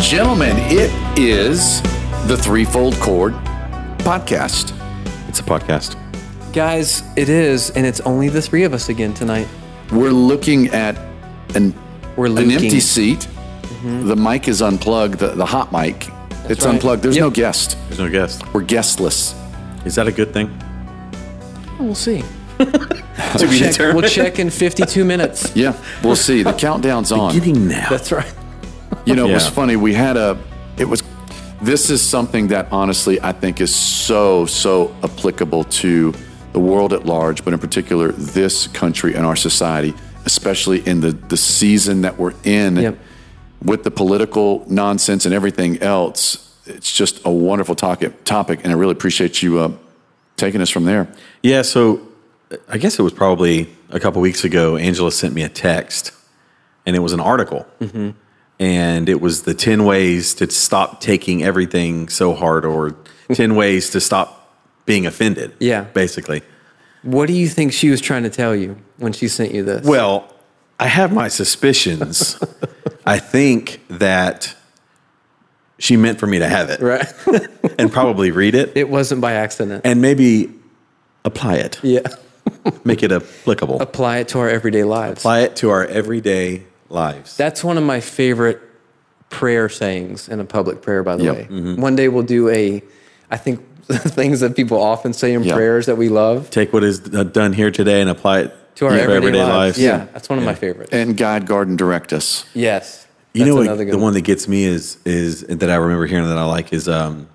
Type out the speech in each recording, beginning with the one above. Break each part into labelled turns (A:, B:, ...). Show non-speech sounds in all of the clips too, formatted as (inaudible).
A: gentlemen, it is the Threefold Chord podcast.
B: It's a podcast.
C: Guys, it is, and it's only the three of us again tonight.
A: We're looking at an,
C: We're
A: an
C: looking.
A: empty seat. The mic is unplugged, the, the hot mic. it's
C: Mm-hmm. right.
A: unplugged. There's no guest.
B: There's no guest.
A: We're guestless.
B: Is that a good
C: (laughs)
B: thing?
C: We'll see.
B: To be
C: Check, we'll check in
A: (laughs)
C: 52 minutes.
A: Yeah, we'll see.
C: (laughs)
A: The countdown's on.
B: Getting now.
C: That's right.
A: You know, it was
B: Yeah.
A: funny. We had a, it was, this is something that honestly I think is so, so applicable to the world at large, but in particular, this country and our society, especially in the, the season that we're in
C: Yep.
A: with the political nonsense and everything else. It's just a wonderful topic, topic and I really appreciate you uh, taking us from there.
B: yeah, so uh, I guess it was probably a couple weeks ago, Angela sent me a text and it was an article.
C: Mm-hmm.
B: And it was the 10 ways to stop taking everything so hard or
C: (laughs)
B: 10 ways to stop being offended.
C: Yeah.
B: Basically.
C: What do you think she was trying to tell you when she sent you this?
B: Well, I have my suspicions. I think that she meant for me to have it
C: (laughs) right.
B: and probably read
C: (laughs)
B: it.
C: it wasn't by accident.
B: and maybe apply it,
C: Yeah.
B: make it applicable,
C: Apply it to our everyday lives.
B: apply it to our everyday lives.
C: That's one of my favorite prayer sayings in a public prayer, by the
A: Yep. Mm-hmm.
C: way. One day we'll do a, I think, (laughs) things that people often say in
A: Yeah.
C: prayers that we love
B: Take what is uh, done here today and apply it
C: to our everyday, lives. Yeah,
B: Yeah.
C: that's one of my favorites.
A: And guide, guard, and direct us.
C: yes.
B: You
C: That's
B: know, what,
C: another
B: the
C: good
B: one that gets me is is that I remember hearing that I like is um,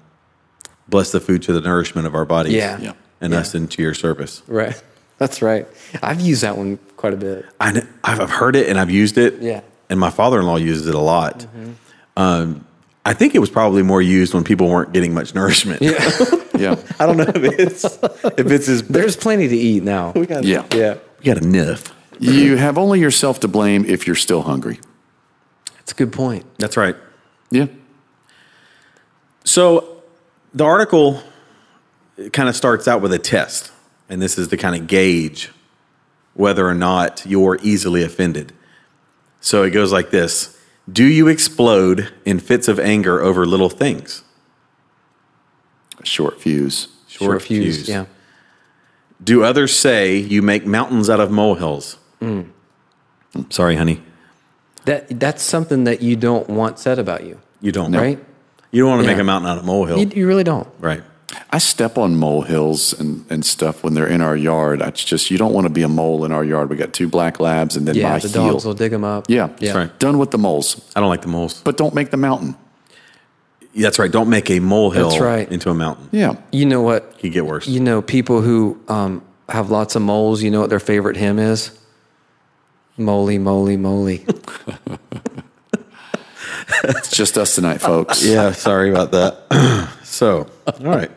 B: bless the food to the nourishment of our bodies,
C: Yeah.
A: Yeah.
B: and us into your service.
C: Right. (laughs) That's right. I've used that one quite a bit.
B: I kn- I've I've heard it and I've used it.
C: Yeah. Mm-hmm.
B: And my father in law uses it a lot. Um, I think it was probably more used when people weren't getting much nourishment.
A: Yeah.
B: I don't know if
C: (laughs)
B: it's if it's as Oh,
C: There's plenty to eat now.
B: we
A: (laughs)
B: got
A: yeah.
C: Yeah.
B: we got enough.
A: You have only yourself to blame if you're still hungry.
C: That's a good point.
B: That's right.
A: Yeah.
B: So the article kind of starts out with a test, and this is to kind of gauge whether or not you're easily offended. So it goes like this Do you explode in fits of anger over little things?
A: Short fuse.
C: Short fuse. Yeah.
B: Do others say you make mountains out of molehills?
C: Mm.
B: Sorry, honey.
C: That that's something that you don't want said about you,
B: You don't.
C: right?
B: You don't want to make
C: Yeah.
B: a mountain out of molehill.
C: You, you really don't.
B: right.
A: I step on molehills and, and stuff when they're in our yard. I just you don't want to be a mole in our yard. We got two black labs and then
C: Yeah,
A: my
C: the
A: heel.
C: dogs will dig them up.
A: yeah,
C: yeah.
B: right.
A: Done with the moles,
B: I don't like the moles.
A: but don't make the mountain.
B: That's right. Don't make a molehill
C: That's right.
B: into a mountain.
A: Yeah,
C: You know what?
B: It could get worse.
C: You know people who um, have lots of moles. You know what their favorite hymn is? Moly,
B: (laughs)
C: moly, moly.
A: it's just us (laughs) tonight, folks.
B: Yeah, sorry about that. (clears throat) so, all right.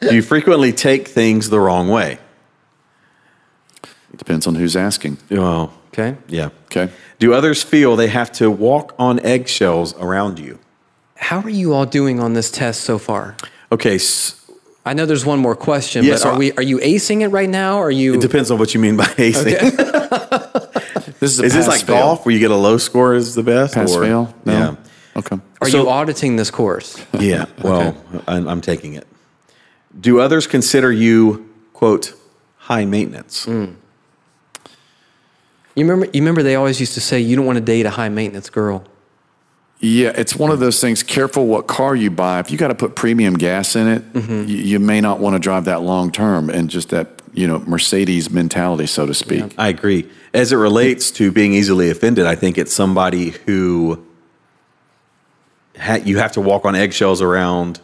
B: Do you frequently take things the wrong way?
A: It depends on who's asking.
B: Well,
C: Okay.
B: yeah.
A: Okay,
B: Do others feel they have to walk on eggshells around you?
C: How are you all doing on this test so far?
B: Okay, s-
C: I know there's one more question,
B: Yeah,
C: but
B: so
C: are
B: I-
C: we are you acing it right now? Or are you
B: it depends on what you mean by (laughs) acing.
A: this is a
B: Is this
A: pass,
B: like
A: fail.
B: golf where you get a low score is the best?
A: Pass
B: or-
A: fail. No.
B: Yeah.
A: Okay.
C: are
B: so-
C: you auditing this course?
A: (laughs)
B: Yeah. Well, I'm, I'm taking it. Do others consider you, quote, high maintenance?
C: You remember you remember they always used to say you don't want to date a high maintenance girl.
A: Yeah, it's one of those things. Careful what car you buy. If you got to put premium gas in it,
B: Mm-hmm.
A: y- you, may not want to drive that long term and just that you know Mercedes mentality, so to speak.
B: I agree. As it relates to being easily offended, I think it's somebody who ha- you have to walk on eggshells around,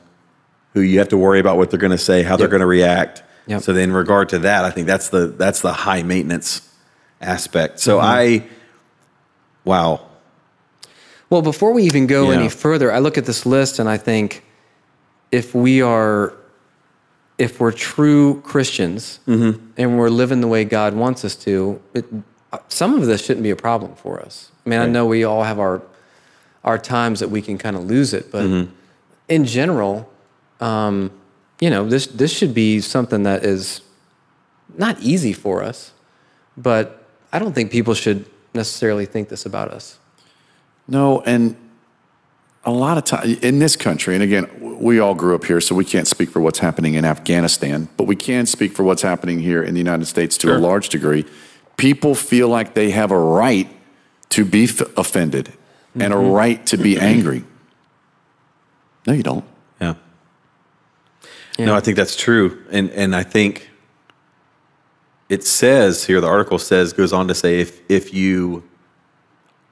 B: who you have to worry about what they're going to say, how they're going to react.
C: Yep.
B: So, then in regard to that, I think that's the that's the high maintenance aspect. So I, wow,
C: Well, before we even go
B: Yeah.
C: any further, I look at this list and I think if we are if we're true Christians and we're living the way God wants us to, it, some of this shouldn't be a problem for us. I mean, I know we all have our our times that we can kind of lose it, but in general, um, you know, this this should be something that is not easy for us, but I don't think people should necessarily think this about us.
A: No, and a lot of time in this country, and again, w- we all grew up here, so we can't speak for what's happening in Afghanistan, but we can speak for what's happening here in the United States to
B: Sure.
A: a large degree. People feel like they have a right to be f- offended and a right to be angry. No, you don't.
B: Yeah. No, I think that's true, and and I think it says here the article says goes on to say if if you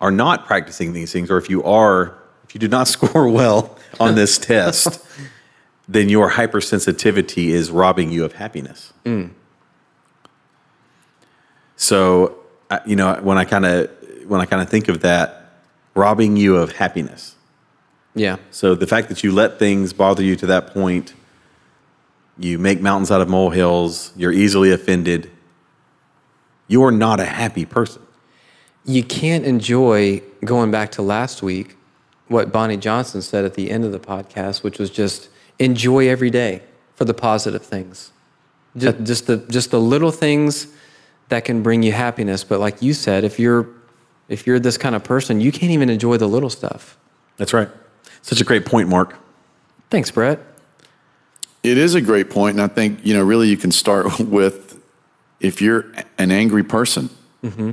B: are not practicing these things, or if you are if you do not (laughs) score well on this test, then your hypersensitivity is robbing you of happiness. So I- you know when I kind of when I kind of think of that, robbing you of happiness.
C: Yeah.
B: So the fact that you let things bother you to that point, you make mountains out of molehills, you're easily offended, you're not a happy person.
C: you can't enjoy going back to last week what Bonnie Johnson said at the end of the podcast, which was just enjoy every day for the positive things, just, just the just the little things that can bring you happiness. But like you said, if you're if you're this kind of person, you can't even enjoy the little stuff.
B: That's right. Such a great point, Mark.
C: Thanks, Brett.
A: It is a great point, and I think you know really you can start (laughs) with if you're an angry person,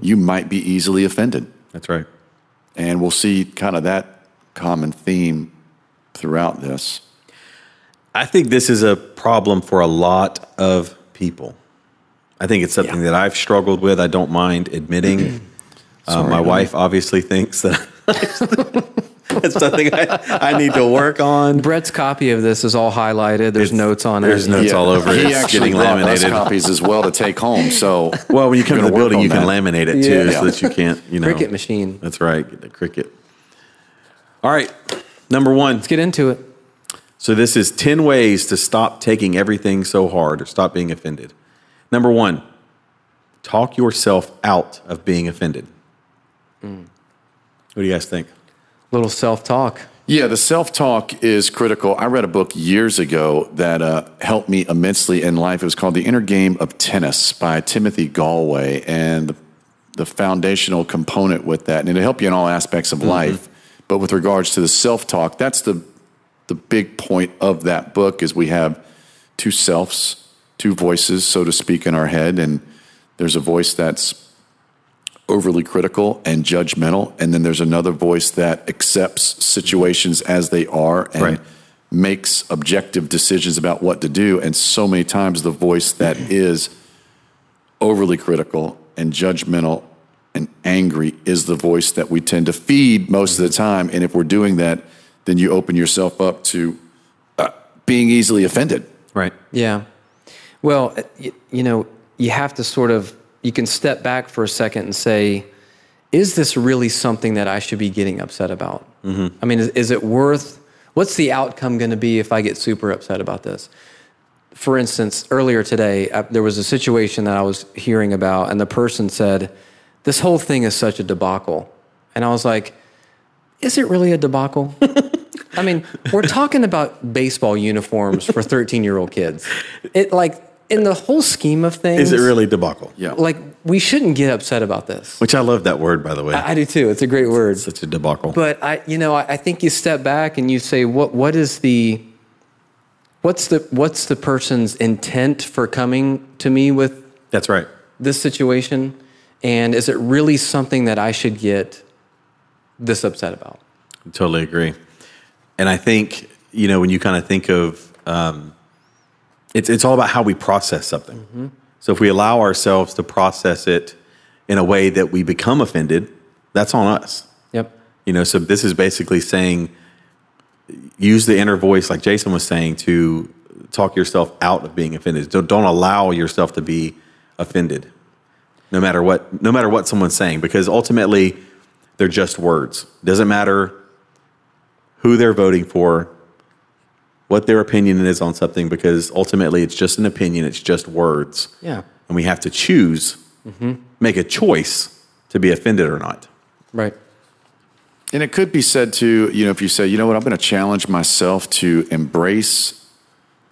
A: you might be easily offended,
B: That's right.
A: and we'll see kind of that common theme throughout this.
B: I think this is a problem for a lot of people. I think it's something that I've struggled with. I don't mind admitting. (clears throat) Uh, my
A: honey.
B: wife obviously thinks that (laughs) that's something I, I need to work on.
C: Brett's copy of this is all highlighted. There's notes on
B: there's
C: it.
B: notes. It's all over.
A: He
B: It's
A: actually
B: getting
A: brought us
B: laminated.
A: copies as well to take home.
B: (laughs)
A: So
B: Well, when you come to
A: Gonna
B: the
A: work
B: building,
A: on
B: you can
A: that.
B: laminate it too,
A: Yeah.
B: so that you can't, you know.
C: Cricket machine. Let's
B: That's right, get the cricket. All right, number one.
C: get into it.
B: So this is ten ways to stop taking everything so hard or stop being offended. Number one, talk yourself out of being offended.
A: Mm.
B: What do you guys think?
C: Little self talk.
A: yeah, the self talk is critical. I read a book years ago that uh, helped me immensely in life. It was called The Inner Game of Tennis by Timothy Galway, and the, the foundational component with that, and it'll help you in all aspects of
B: Mm-hmm.
A: life. But with regards to the self talk, that's the the big point of that book is we have two selves, two voices, so to speak, in our head, and there's a voice that's overly critical and judgmental, and then there's another voice that accepts situations as they are and
B: Right.
A: makes objective decisions about what to do. And so many times, the voice that is overly critical and judgmental and angry is the voice that we tend to feed most of the time. And if we're doing that, then you open yourself up to uh, being easily offended.
B: Right.
C: Yeah. Well, you, you know, you have to sort of you can step back for a second and say, is this really something that I should be getting upset about?
B: Mm-hmm.
C: I mean, is, is it worth? What's the outcome going to be if I get super upset about this? For instance, earlier today, I, there was a situation that I was hearing about, and the person said, "This whole thing is such a debacle," and I was like, "Is it really a
B: (laughs)
C: debacle?" I mean, we're talking about baseball uniforms for 13 year old kids. It like in the whole scheme of things,
B: Is it really debacle?
A: Yeah.
C: like we shouldn't get upset about this.
B: Which I love that word, by the way.
C: I do too. It's a great word.
B: Such a debacle.
C: But I, you know, I, I think you step back and you say, what what is the what's the what's the person's intent for coming to me with
B: that's right.
C: this situation, and is it really something that I should get this upset about?
B: Totally agree. And I think, you know, when you kind of think of um, it's, it's all about how we process something. So if we allow ourselves to process it in a way that we become offended, that's on us.
C: Yep.
B: You know, so this is basically saying use the inner voice, like Jason was saying, to talk yourself out of being offended. Don't, don't allow yourself to be offended, no matter what, no matter what someone's saying, because ultimately they're just words. Doesn't matter who they're voting for, what their opinion is on something, because ultimately it's just an opinion. It's just words,
C: Yeah.
B: and we have to choose, make a choice to be offended or not.
C: Right.
A: And it could be said to, you know, if you say, you know what, I'm going to challenge myself to embrace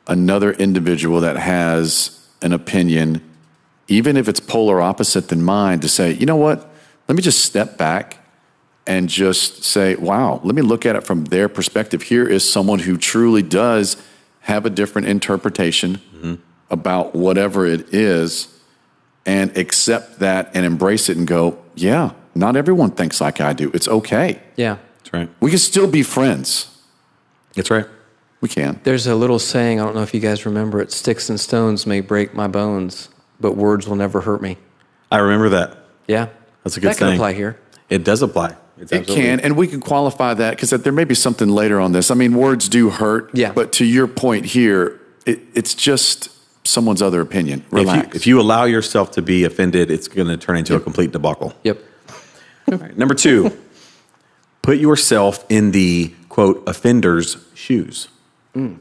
A: another individual that has an opinion, even if it's polar opposite than mine, to say, you know what, let me just step back and just say, wow, let me look at it from their perspective. Here is someone who truly does have a different interpretation about whatever it is and accept that and embrace it and go, yeah, not everyone thinks like I do. It's okay.
C: Yeah.
B: That's right.
A: We can still be friends.
B: That's right.
A: We can.
C: There's a little saying, I don't know if you guys remember it sticks and stones may break my bones, but words will never hurt me.
B: I remember that.
C: Yeah.
B: That's a good
C: That can
B: thing.
C: apply here.
B: It does apply. It's
A: It
B: absolutely-
A: can, and we can qualify that because there may be something later on this. I mean, words do hurt.
C: Yeah.
A: But to your point here, it, it's just someone's other opinion.
B: If
A: Relax.
B: you, if you allow yourself to be offended, it's going to turn into a complete debacle.
C: Yep.
B: Number two, put yourself in the quote offender's shoes.
A: Mm.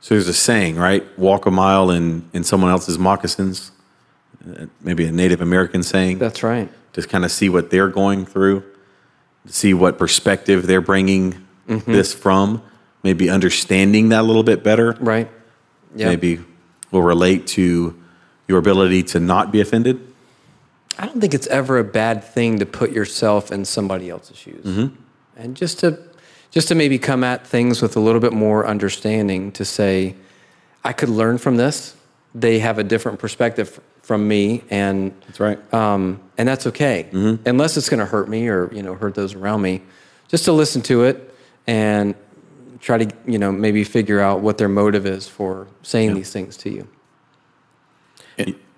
B: So there's a saying, right? Walk a mile in, in someone else's moccasins. Uh, Maybe a Native American saying.
C: That's right.
B: just kind of see what they're going through, see what perspective they're bringing
A: Mm-hmm.
B: this from, maybe understanding that a little bit better.
C: Right. Yeah.
B: Maybe will relate to your ability to not be offended.
C: I don't think it's ever a bad thing to put yourself in somebody else's shoes, and just to just to maybe come at things with a little bit more understanding. To say, I could learn from this. They have a different perspective f- from me, and
B: That's right.
C: um, and that's okay, unless it's going to hurt me or you know hurt those around me. Just to listen to it and try to you know maybe figure out what their motive is for saying these things to you.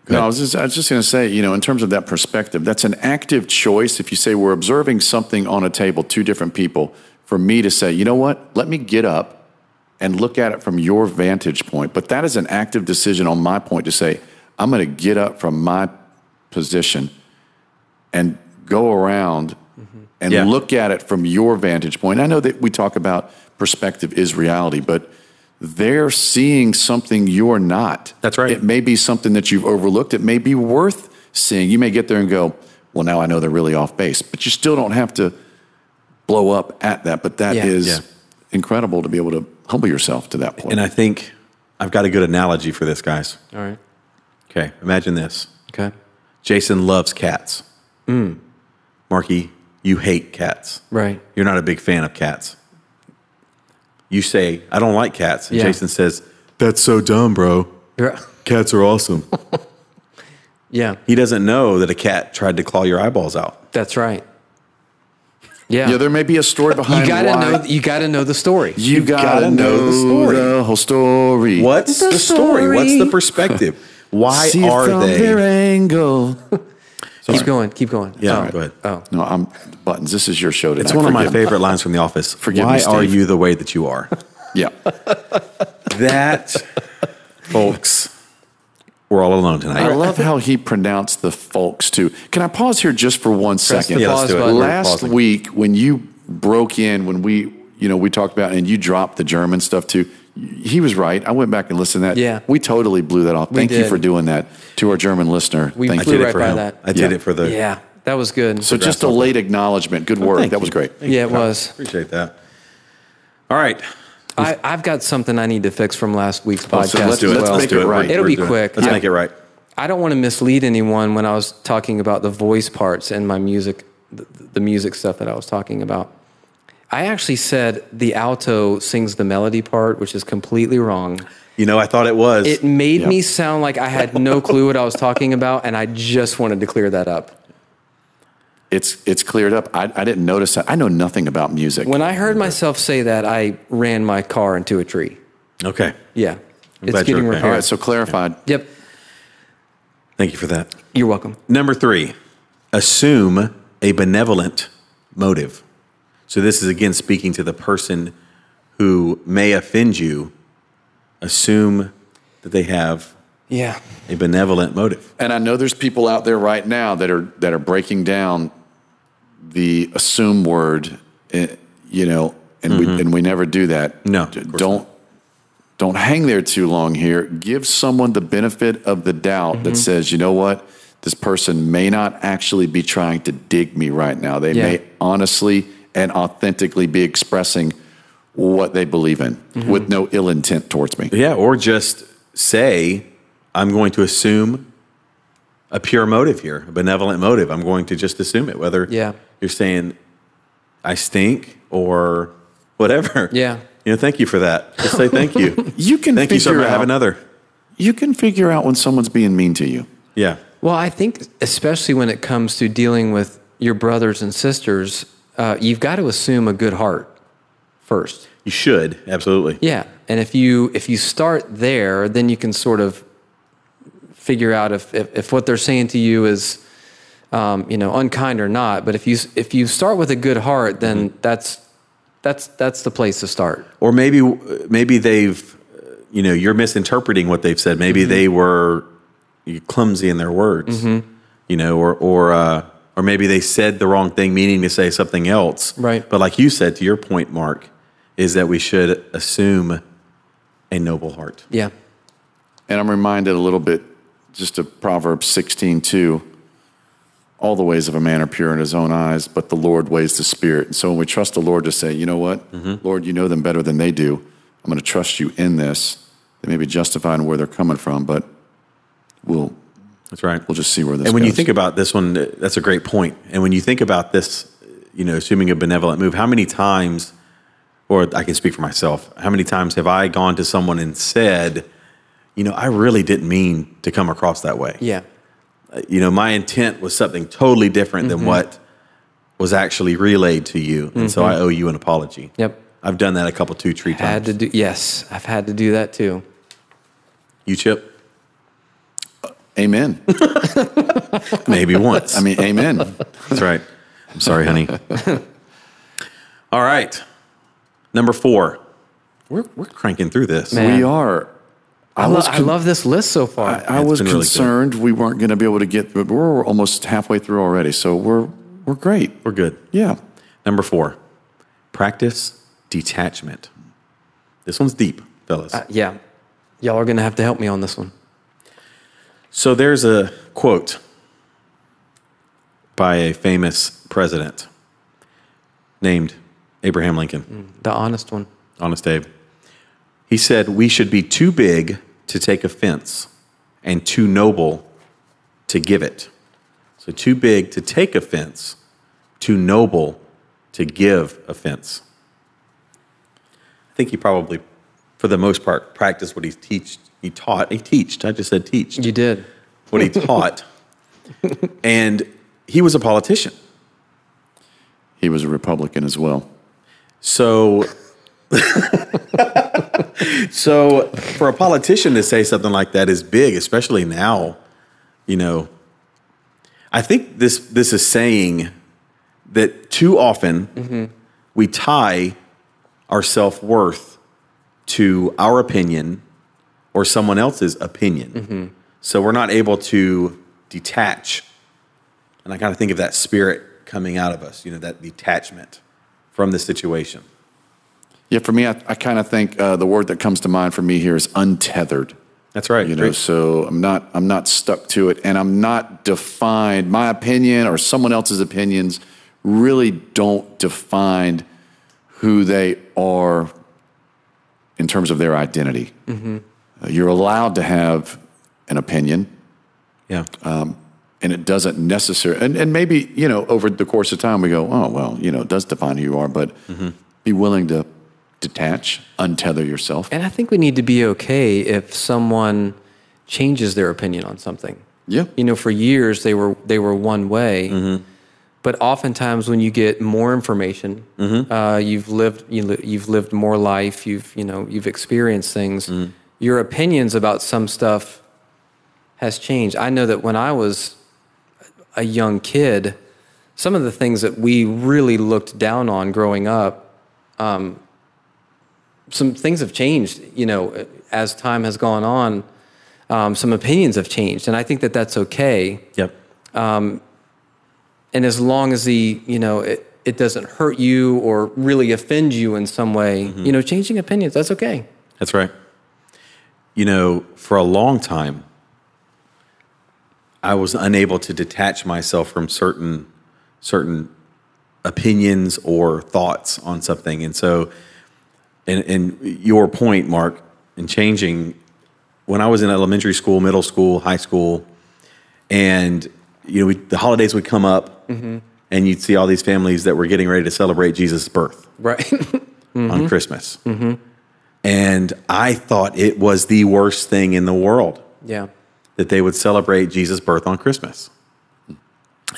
A: No, I was just, I was just going to say, you know, in terms of that perspective, that's an active choice. If you say we're observing something on a table, two different people, for me to say, you know what, let me get up and look at it from your vantage point. But that is an active decision on my point to say, I'm going to get up from my position and go around and
B: Yeah.
A: look at it from your vantage point. I know that we talk about perspective is reality, but they're seeing something you're not.
B: That's right.
A: It may be something that you've overlooked. It may be worth seeing. You may get there and go, well, now I know they're really off base, but you still don't have to blow up at that. But that
C: Yeah.
A: is
B: Yeah.
A: incredible to be able to humble yourself to that point.
B: And I think I've got a good analogy for this, guys.
C: All right.
B: Okay, imagine this
C: Okay.
B: Jason loves cats. Marky, you hate cats.
C: Right. (laughs)
B: You're not a big fan of cats. You say, I don't like cats. And
C: Yeah.
B: Jason says, That's so dumb, bro.
C: You're-
B: Cats are awesome.
C: Yeah.
B: he doesn't know that a cat tried to claw your eyeballs out.
C: That's right.
B: uh,
C: Yeah.
A: yeah, there may be a story behind
C: you gotta
A: why.
C: know. You gotta know the story.
A: you, gotta,
B: gotta
A: know,
B: know
A: the
B: the
A: story.
B: story.
A: The whole story.
B: What's
C: The
B: the, story? What's the
C: story.
B: perspective? Why
A: See it
B: are
A: from
B: they?
A: their angle.
C: Keep going. Keep going.
B: Yeah,
A: Sorry.
B: go ahead.
C: Oh.
A: No, I'm buttons. This is your show tonight.
B: It's one of my
A: Forgive me.
B: favorite lines from The Office.
A: Forgive me,
B: Why are
A: Steve.
B: you the way that you are? (laughs)
A: Yeah.
B: that, (laughs) folks, we're all alone tonight.
A: I love how he pronounced the folks too. Can I pause here just for one second?
C: the Yeah,
B: let's pause do it. button.
A: Last
B: Pausing.
A: week when you broke in, when we you know we talked about and you dropped the German stuff too. He was right. I went back and listened to that.
C: Yeah.
A: we totally blew that off. Thank you
C: did.
A: for doing that to our German listener.
C: We
A: Thank
B: I
A: you.
C: blew
B: did
C: right
B: it for
C: by
B: him.
C: that.
B: I did
A: Yeah.
B: it for the.
C: Yeah, that was good.
A: So just a late acknowledgement. Good work.
B: Thank
A: that was
B: you.
A: great.
B: Thank you,
C: Yeah, it
B: Kyle.
C: was.
B: Appreciate that. All right.
C: I, I've got something I need to fix from last week's podcast.
A: Oh, so let's do it.
C: as
A: Let's
C: well.
A: make it right.
C: It'll be
B: doing
C: quick.
B: Let's
C: I-
B: make it right.
C: I don't want to mislead anyone when I was talking about the voice parts and my music, the, the music stuff that I was talking about. I actually said the alto sings the melody part, which is completely wrong.
B: You know, I thought it was.
C: It made
A: Yeah.
C: me sound like I had no clue what I was talking about, and I just wanted to clear that up.
A: It's it's cleared up. I, I didn't notice that. I know nothing about music.
C: When I heard myself say that, I ran my car into a tree.
B: okay.
C: Yeah. it's
B: glad you're
C: getting
B: okay.
A: All
C: repaired.
A: right, so clarified.
C: Yep.
B: Thank you for that.
C: You're welcome.
B: Number three, assume a benevolent motive. So this is again speaking to the person who may offend you. Assume that they have
C: Yeah.
B: a benevolent motive.
A: And I know there's people out there right now that are that are breaking down the assume word, eh, you know, and we and we never do that.
B: Mm-hmm. No,
A: D-
B: of course
A: don't don't hang there too long here. Give someone the benefit of the doubt
B: Mm-hmm.
A: that says, you know what, this person may not actually be trying to dig me right now. They
C: Yeah.
A: may honestly and authentically be expressing what they believe in
B: Mm-hmm.
A: with no ill intent towards me.
B: Yeah, or just say, I'm going to assume a pure motive here, a benevolent motive. I'm going to just assume it. Whether
C: Yeah.
B: you're saying I stink or whatever.
C: Yeah.
B: You know, thank you for that. Just say thank you.
A: You can
B: thank you so
A: figure
B: much. Have
A: out-
B: another.
A: You can figure out when someone's being mean to you.
B: Yeah.
C: Well, I think especially when it comes to dealing with your brothers and sisters, uh, you've got to assume a good heart first.
B: You should. Absolutely.
C: Yeah, and if you if you start there, then you can sort of figure out if if, if what they're saying to you is um, you know unkind or not. But if you if you start with a good heart, then
A: Mm-hmm.
C: that's that's that's the place to start.
B: or maybe maybe they've uh, you know you're misinterpreting what they've said maybe they were clumsy in their words you know or or uh, or maybe they said the wrong thing meaning to say something else
C: Right.
B: but like you said to your point mark is that we should assume a noble heart
C: Yeah,
A: And I'm reminded a little bit just of Proverbs 16, 2. All the ways of a man are pure in his own eyes, but the Lord weighs the spirit. And so when we trust the Lord to say, you know what,
B: Mm-hmm.
A: Lord, you know them better than they do. I'm going to trust you in this. They may be justified in where they're coming from, but we'll
B: that's right
A: we'll just see where this
B: and when you
A: goes.
B: think about this one uh, that's a great point and when you think about this you know assuming a benevolent move how many times or i can speak for myself how many times have i gone to someone and said you know i really didn't mean to come across that way
C: yeah,
B: you know my intent was something totally different
C: Mm-hmm.
B: than what was actually relayed to you and so i owe you an apology
C: Mm-hmm. yep.
B: i've done that a couple two three times
C: Had to do yes, I've had to do that too.
B: you chip
A: Amen.
C: (laughs)
B: maybe once
A: I mean,
B: (laughs)
A: amen.
B: That's right. I'm sorry, honey. All right. Number four. We're, we're cranking through this.
C: Man.
A: we are.
C: I, lo-
A: was
C: I
A: con-
C: love this list so far.
A: I
B: It's
A: was
B: been really good.
A: concerned we weren't going to be able to get, but we're almost halfway through already. So we're we're great.
B: We're good.
A: Yeah.
B: Number four. Practice detachment. This one's deep, fellas.
C: yeah, y'all are gonna have to help me on this one.
B: so there's a quote by a famous president named Abraham Lincoln.
C: The honest one.
B: Honest Abe. He said, We should be too big to take offense and too noble to give it. So, too big to take offense, too noble to give offense. I think he probably, for the most part, practiced what he teach, he taught. He teached. I just said teached
C: You did.
B: what he taught. and he was a politician.
A: He was a Republican as well.
B: So, so for a politician to say something like that is big, especially now. You know, I think this this is saying that too often we tie our self worth to our opinion or someone else's opinion. So we're not able to detach. And I kind of think of that spirit coming out of us, you know, that detachment from the situation.
A: Yeah, for me, I, I kind of think uh, the word that comes to mind for me here is untethered.
B: That's right.
A: You know, so I'm not I'm not stuck to it, and I'm not defined. My opinion or someone else's opinions really don't define who they are in terms of their identity. Uh, you're allowed to have an opinion,
B: yeah.
A: uh, and it doesn't necessarily and, and maybe you know over the course of time we go oh well you know it does define who you are but be willing to detach untether yourself
C: And I think we need to be okay if someone changes their opinion on something.
A: yeah
C: You know, for years they were they were one way, but oftentimes when you get more information, uh, you've lived you li- you've lived more life, you've you know you've experienced things. Your opinions about some stuff has changed. I know that when I was a young kid, some of the things that we really looked down on growing up um, some things have changed, you know, as time has gone on. Um, some opinions have changed, and I think that that's okay.
B: yep.
C: And as long as the, you know, it, it doesn't hurt you or really offend you in some way, you know, changing opinions, that's okay.
B: That's right. You know, for a long time, I was unable to detach myself from certain certain opinions or thoughts on something, and so, and and your point, Mark, in changing when I was in elementary school,
A: Mm-hmm.
B: middle school, high school, and you know, we, the holidays would come up, and you'd see all these families that were getting ready to celebrate Jesus' birth
C: Right. (laughs)
B: on Christmas. And I thought it was the worst thing in the world
C: yeah.
B: that they would celebrate Jesus' birth on Christmas.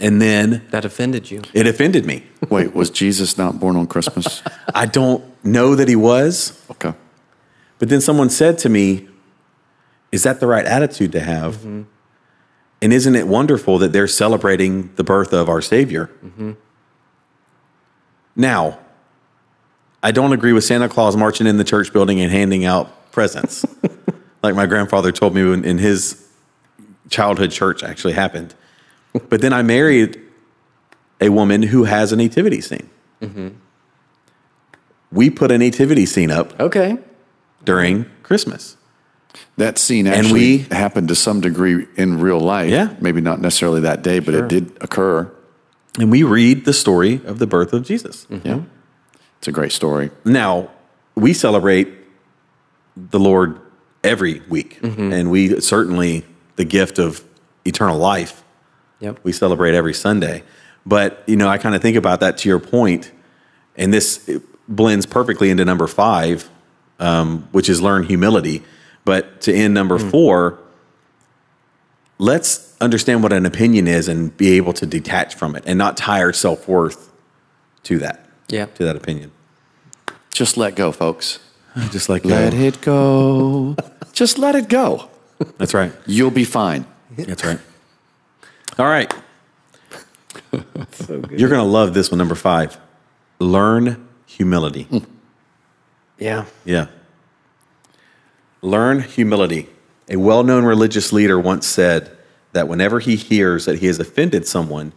B: And then
C: That offended you.
B: it offended me.
A: Wait, was Jesus not born on (laughs) Christmas?
B: I don't know that he was,
A: Okay.
B: but then someone said to me, Is that the right attitude to have? And isn't it wonderful that they're celebrating the birth of our Savior? Now, I don't agree with Santa Claus marching in the church building and handing out presents. like my grandfather told me when in his childhood church actually happened. But then I married a woman who has a nativity scene. We put a nativity scene up
C: Okay.
B: during Christmas.
A: That scene actually
B: we-
A: happened to some degree in real life.
B: Yeah.
A: Maybe not necessarily that day, but it did occur.
B: And we read the story of the birth of Jesus.
A: Yeah. It's a great story.
B: Now, we celebrate the Lord every week. And we certainly, the gift of eternal life,
C: Yep.
B: we celebrate every Sunday. But, you know, I kind of think about that to your point, and this it blends perfectly into number five, um, which is learn humility. But to end number four, let's understand what an opinion is and be able to detach from it and not tie our self worth to that,
C: Yeah.
B: to that opinion.
A: Just let go, folks.
B: Just like uh,
A: Let
B: that.
A: it go. (laughs) Just let it go.
B: That's right.
A: You'll be fine.
B: That's right.
A: (laughs)
B: All right. You're going to love this one, number five. Learn humility.
C: Yeah.
B: Yeah. Learn humility. A well known religious leader once said that whenever he hears that he has offended someone,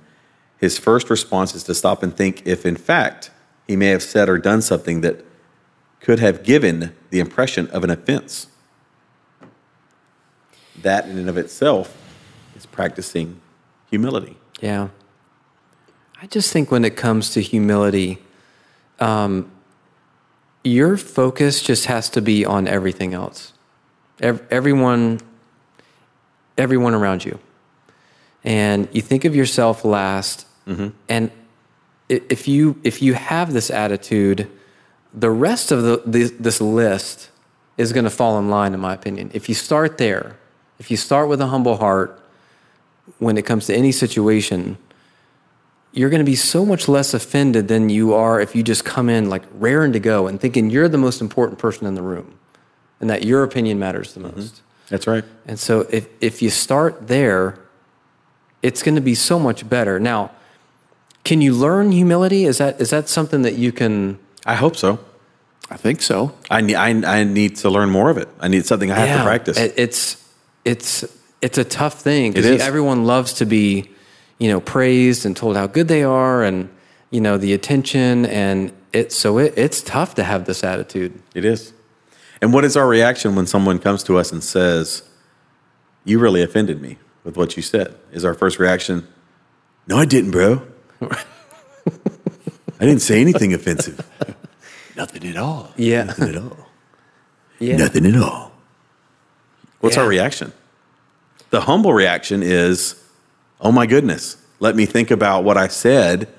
B: his first response is to stop and think if, in fact, he may have said or done something that could have given the impression of an offense. That, in and of itself, is practicing humility.
C: Yeah. I just think when it comes to humility, um, your focus just has to be on everything else, Ev- everyone, everyone around you, and you think of yourself last. And i- if you if you have this attitude, the rest of the, this, this list is going to fall in line, in my opinion. If you start there, if you start with a humble heart, when it comes to any situation, you're going to be so much less offended than you are if you just come in like raring to go and thinking you're the most important person in the room and that your opinion matters the most.
B: That's right.
C: And so if, if you start there, it's going to be so much better. Now, can you learn humility? Is that, is that something that you can?
B: I hope so.
A: I think so.
B: I, ne- I, I need to learn more of it. I need something I have to
C: Yeah.
B: practice.
C: It- It's it's it's a tough thing
B: It
C: because
B: is.
C: everyone loves to be, you know, praised and told how good they are and you know the attention and it so it, it's tough to have this attitude.
B: It is. And what is our reaction when someone comes to us and says, You really offended me with what you said? Is our first reaction, No, I didn't, bro. I didn't say anything offensive.
A: Nothing at all.
C: Yeah,
B: Nothing at all.
C: yeah,
B: Nothing at all. What's our
C: Yeah.
B: reaction? The humble reaction is, Oh my goodness, let me think about what I said.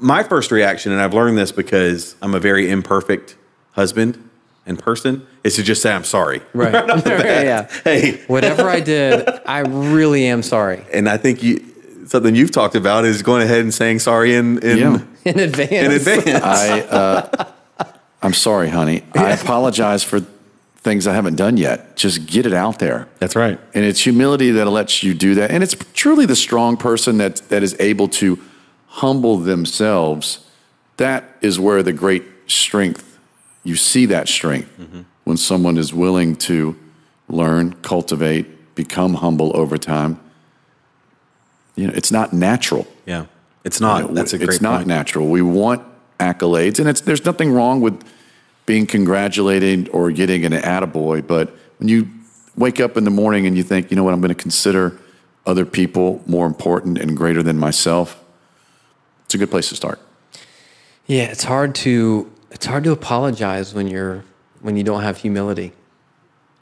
B: My first reaction, and I've learned this because I'm a very imperfect husband and person, is to just say, I'm sorry.
C: right.
B: off the
C: (laughs) Right,
B: bat.
C: yeah.
B: (laughs) Hey,
C: Whatever I did, I really am sorry (laughs)
B: and I think you, something you've talked about is going ahead and saying sorry in, in,
A: Yeah.
C: in advance.
B: in advance.
C: (laughs)
A: I, uh, I'm sorry, honey. I apologize for things I haven't done yet. Just get it out there.
B: That's right.
A: And it's humility that lets you do that. And it's truly the strong person that, that is able to humble themselves. That is where the great strength, you see that strength when someone is willing to learn, cultivate, become humble over time. You know, it's not natural.
B: Yeah. It's not.
A: It-
B: Ah, That's a great
A: it's not
B: point.
A: natural. We want accolades, and it's there's nothing wrong with being congratulated or getting an attaboy, but when you wake up in the morning and you think, you know what, I'm going to consider other people more important and greater than myself, it's a good place to start.
C: Yeah, it's hard to it's hard to apologize when you're when you don't have humility.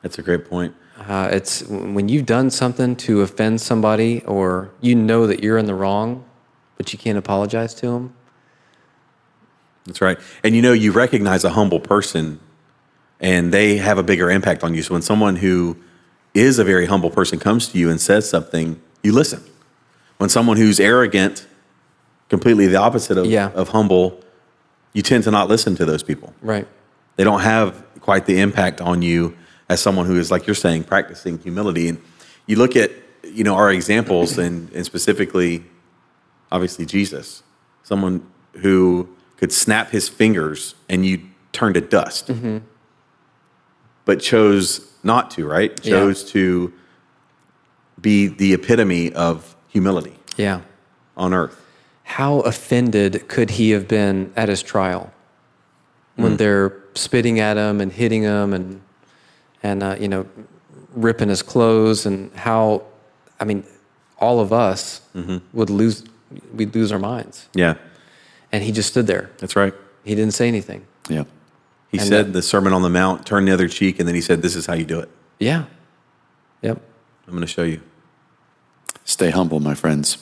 B: That's a great point.
C: Uh, it's when you've done something to offend somebody or you know that you're in the wrong. but you can't apologize to him.
B: That's right. And you know, you recognize a humble person and they have a bigger impact on you. So when someone who is a very humble person comes to you and says something, you listen. When someone who's arrogant, completely the opposite of,
C: Yeah.
B: of humble, you tend to not listen to those people.
C: Right.
B: They don't have quite the impact on you as someone who is, like you're saying, practicing humility. And you look at, you know, our examples and, and specifically, obviously, Jesus, someone who could snap his fingers and you turn to dust,
C: Mm-hmm.
B: but chose not to, right?
C: Yeah.
B: Chose to be the epitome of humility
C: Yeah.
B: on earth.
C: How offended could he have been at his trial when they're spitting at him and hitting him and and uh, you know ripping his clothes and how I mean all of us would lose we'd lose our minds
B: Yeah,
C: and he just stood there.
B: that's right.
C: He didn't say anything.
A: Yeah.
B: He
C: And
B: said the Sermon on the Mount, turn the other cheek, and then he said, This is how you do it.
C: Yeah. Yep.
B: I'm going to show you.
A: Stay humble, my friends.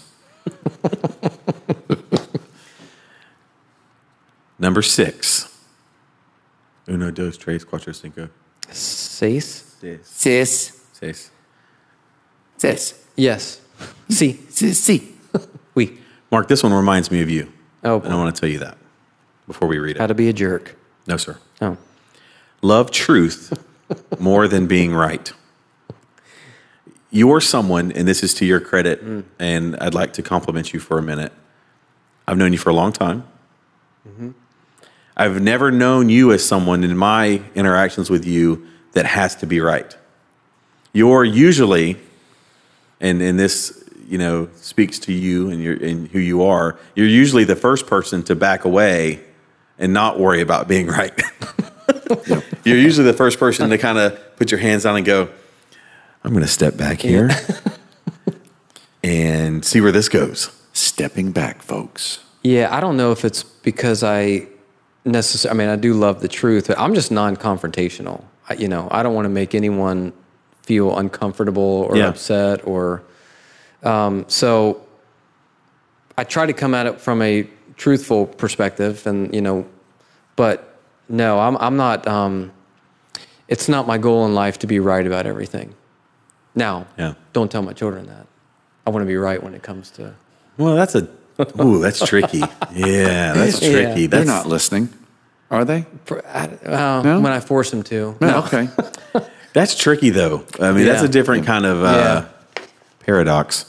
B: Number six. Uno, dos, tres, cuatro, cinco,
C: Sace?
B: seis.
A: Sis,
B: seis.
A: sis,
C: Yes. See.
A: sis,
C: (laughs)
A: see.
C: We.
B: Mark, this one reminds me of you.
C: Oh,
B: And I want to tell you that before we read
C: how
B: it.
C: to be a jerk.
B: No, sir.
C: Oh.
B: Love truth more than being right. You're someone, and this is to your credit, and I'd like to compliment you for a minute. I've known you for a long time. I've never known you as someone in my interactions with you that has to be right. You're usually, and, and this you know speaks to you and, your, and who you are, you're usually the first person to back away and not worry about being (laughs) right. You're usually the first person to kind of put your hands down and go, I'm going to step back here (laughs) and see where this goes.
A: Stepping back, folks.
C: Yeah, I don't know if it's because I necessarily, I mean, I do love the truth, but I'm just non confrontational. You know, I don't want to make anyone feel uncomfortable or
B: Yeah.
C: upset or. Um, so I try to come at it from a truthful perspective and, you know, but no, I'm, I'm not, um, it's not my goal in life to be right about everything. Now,
B: Yeah.
C: don't tell my children that. I want to be right when it comes to.
B: Well, that's a, ooh, that's tricky. Yeah, that's
C: (laughs) Yeah.
B: tricky.
A: They're
B: That's
A: not listening, are they?
C: Uh, When I force them to.
A: No. Okay.
B: That's tricky though. I mean, that's
C: Yeah.
B: a different kind of uh, paradox.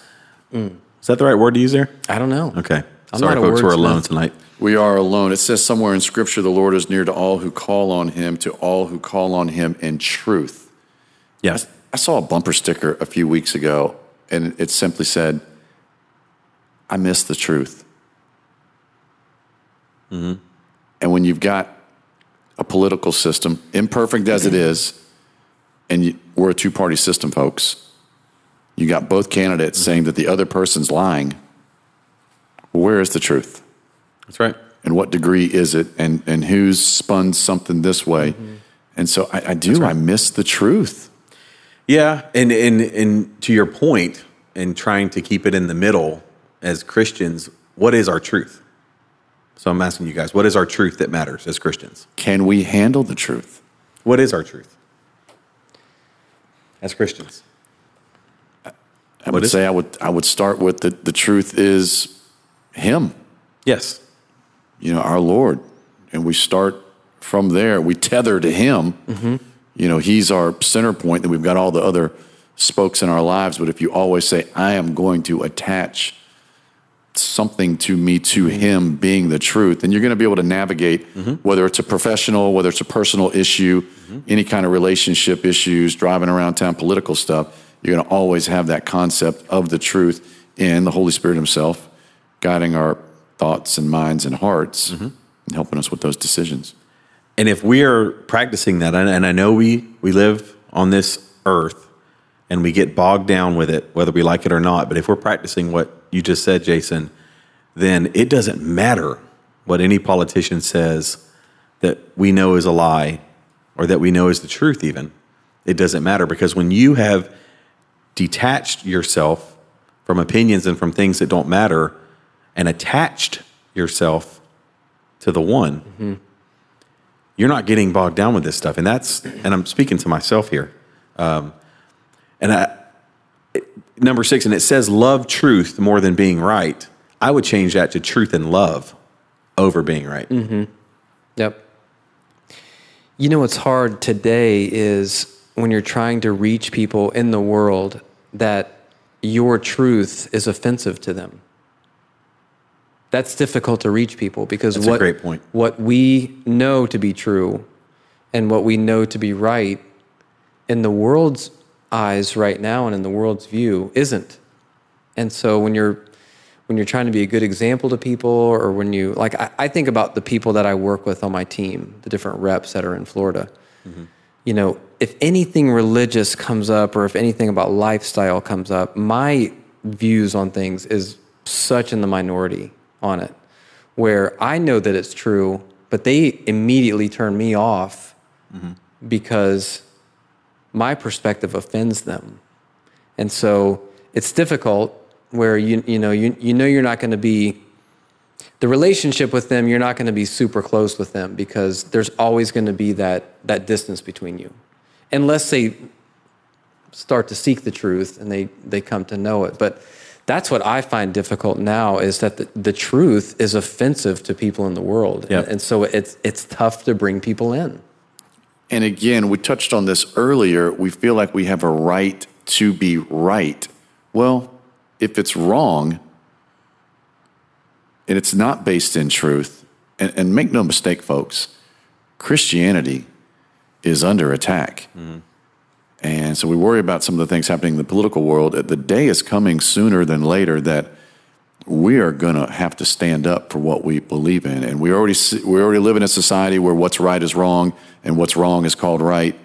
B: Is that the right word to use there?
C: I don't know.
B: Okay.
C: Mm. I'm
B: Sorry,
C: not a
B: folks, we're
C: wordsmith.
B: alone tonight.
A: We are alone. It says somewhere in Scripture, the Lord is near to all who call on him, to all who call on him in truth.
B: Yes.
A: I saw a bumper sticker a few weeks ago, and it simply said, I miss the truth. And when you've got a political system, imperfect as it is, and you, we're a two party system, folks, you got both candidates saying that the other person's lying. Where is the truth?
B: That's right.
A: and what degree is it and and who's spun something this way
B: Mm-hmm.
A: and so i, I do i miss the truth
B: Yeah, and and and to your point, and trying to keep it in the middle as Christians, what is our truth? So I'm asking you guys, what is our truth that matters as Christians?
A: can we handle the truth
B: What is our truth as Christians?
A: i
B: What
A: would
B: is
A: say i would i would start with the, the truth is him
B: Yes,
A: you know our lord and we start from there we tether to him
B: Mm-hmm.
A: you know he's our center point and we've got all the other spokes in our lives but if you always say i am going to attach something to me to him being the truth and you're going to be able to navigate whether it's a professional whether it's a personal issue any kind of relationship issues driving around town political stuff you're going to always have that concept of the truth and the holy spirit himself guiding our thoughts and minds and hearts and helping us with those decisions
B: and if we are practicing that, and, and I know we we live on this earth, and we get bogged down with it, whether we like it or not. But if we're practicing what you just said, Jason, then it doesn't matter what any politician says that we know is a lie or that we know is the truth, even. It doesn't matter because when you have detached yourself from opinions and from things that don't matter, and attached yourself to the one, you're not getting bogged down with this stuff. And that's, and I'm speaking to myself here. Um, and I, it- number six, and it says love truth more than being right. I would change that to truth and love over being right.
C: Yep. You know what's hard today is when you're trying to reach people in the world that your truth is offensive to them. That's difficult to reach people because
B: a
C: what
B: great point.
C: what we know to be true and what we know to be right in the world's eyes right now and in the world's view isn't. And so when you're when you're trying to be a good example to people or when you like I, I think about the people that I work with on my team, the different reps that are in Florida. You know, if anything religious comes up or if anything about lifestyle comes up, my views on things is such in the minority on it where I know that it's true, but they immediately turn me off because my perspective offends them. And so it's difficult where you you know you you know you're not going to be the relationship with them you're not going to be super close with them because there's always going to be that that distance between you. Unless they start to seek the truth and they they come to know it. But that's what I find difficult now is that the, the truth is offensive to people in the world.
B: Yep.
C: And, and so it's it's tough to bring people in.
A: And again, we touched on this earlier. We feel like we have a right to be right. Well, if it's wrong and it's not based in truth, and, and make no mistake, folks, Christianity is under attack. And so we worry about some of the things happening in the political world. The day is coming sooner than later that we are going to have to stand up for what we believe in. And we already see, we already live in a society where what's right is wrong and what's wrong is called right.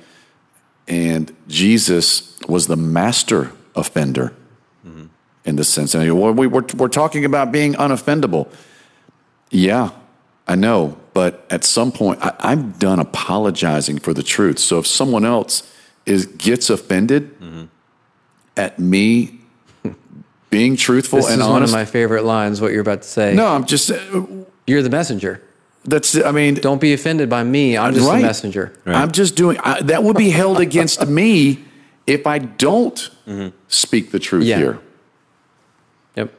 A: And Jesus was the master offender
C: Mm-hmm.
A: in the sense. And well, we, we're, we're talking about being unoffendable. Yeah, I know. But at some point, I, I'm done apologizing for the truth. So if someone else is gets offended
C: Mm-hmm.
A: at
C: (laughs)
A: me being truthful
C: This
A: and
C: is
A: honest,
C: one of my favorite lines. What you're about to say.
A: no, I'm just. uh,
C: you're the messenger.
A: That's. I mean,
C: Don't be offended by me. I'm just
A: Right.
C: the messenger.
A: I'm just doing. I, that would be held against me if I don't speak the truth
C: Mm-hmm. Yeah.
A: here.
C: Yep.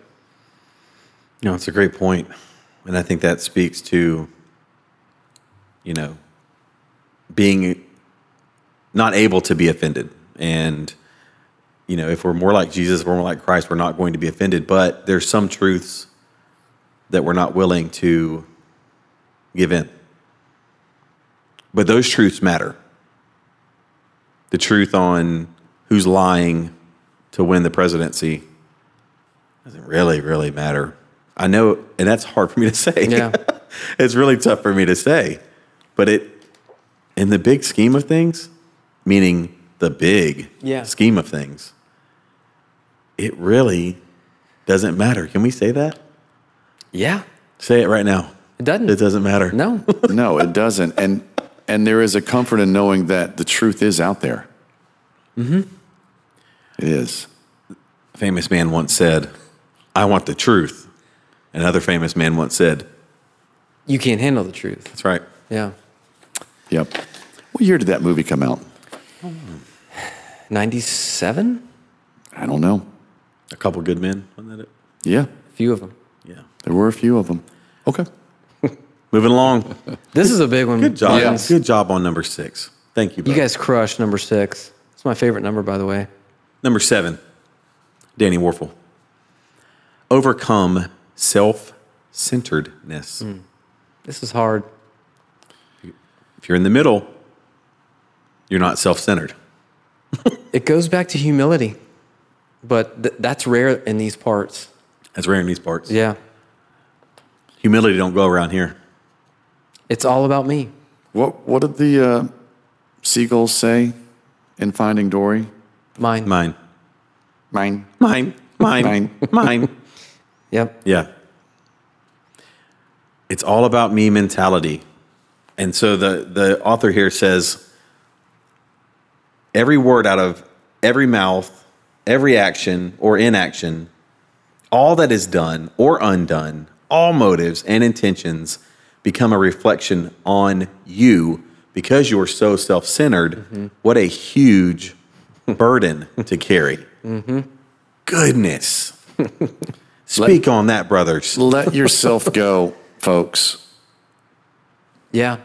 B: No, it's a great point. And I think that speaks to, you know, being not able to be offended. And, you know, if we're more like Jesus, we're more like Christ, we're not going to be offended. But there's some truths that we're not willing to give in. But those truths matter. The truth on who's lying to win the presidency doesn't really, really matter. I know, and that's hard for me to (laughs) say.
C: Yeah.
B: it's really tough for me to say. But it, in the big scheme of things, meaning the big
C: Yeah.
B: scheme of things, it really doesn't matter. Can we say that?
C: Yeah.
B: Say it right now.
C: It doesn't.
B: It doesn't matter.
C: No.
A: No, it doesn't. And and there is a comfort in knowing that the truth is out there. Mm-hmm. It is.
B: A famous man once said, I want the truth. Another famous man once said,
C: you can't handle the truth.
B: That's right.
C: Yeah.
A: Yep. What year did that movie come out?
C: 97?
A: I don't know.
B: A couple good men. Wasn't that it?
A: Yeah,
C: Few of them.
B: Yeah.
A: there were a few of them. Okay.
B: Moving along.
C: This is a big one. (laughs)
B: Good job.
A: Yeah.
B: Good job on number six. Thank you.
C: You
B: bud.
C: guys crushed number six. It's my favorite number, by the way.
B: Number seven, Danny Warfel. Overcome self centeredness.
C: Mm. This is hard.
B: If you're in the middle, you're not self centered.
C: It goes back to humility, but th- that's rare in these parts.
B: That's rare in these parts.
C: Yeah.
B: Humility don't go around here.
C: It's all about me.
A: What What did the uh, seagulls say in Finding Dory?
C: Mine.
B: Mine.
A: Mine.
B: Mine. Mine.
A: Mine.
B: Mine.
C: Yep.
B: Yeah. It's all about me mentality. And so the, the author here says every word out of every mouth, every action or inaction all that is done or undone, all motives and intentions become a reflection on you because you are so self centered. What a huge burden to carry. Mm-hmm. (laughs) Goodness. Speak on that, brothers.
A: Let yourself go, folks.
C: Yeah.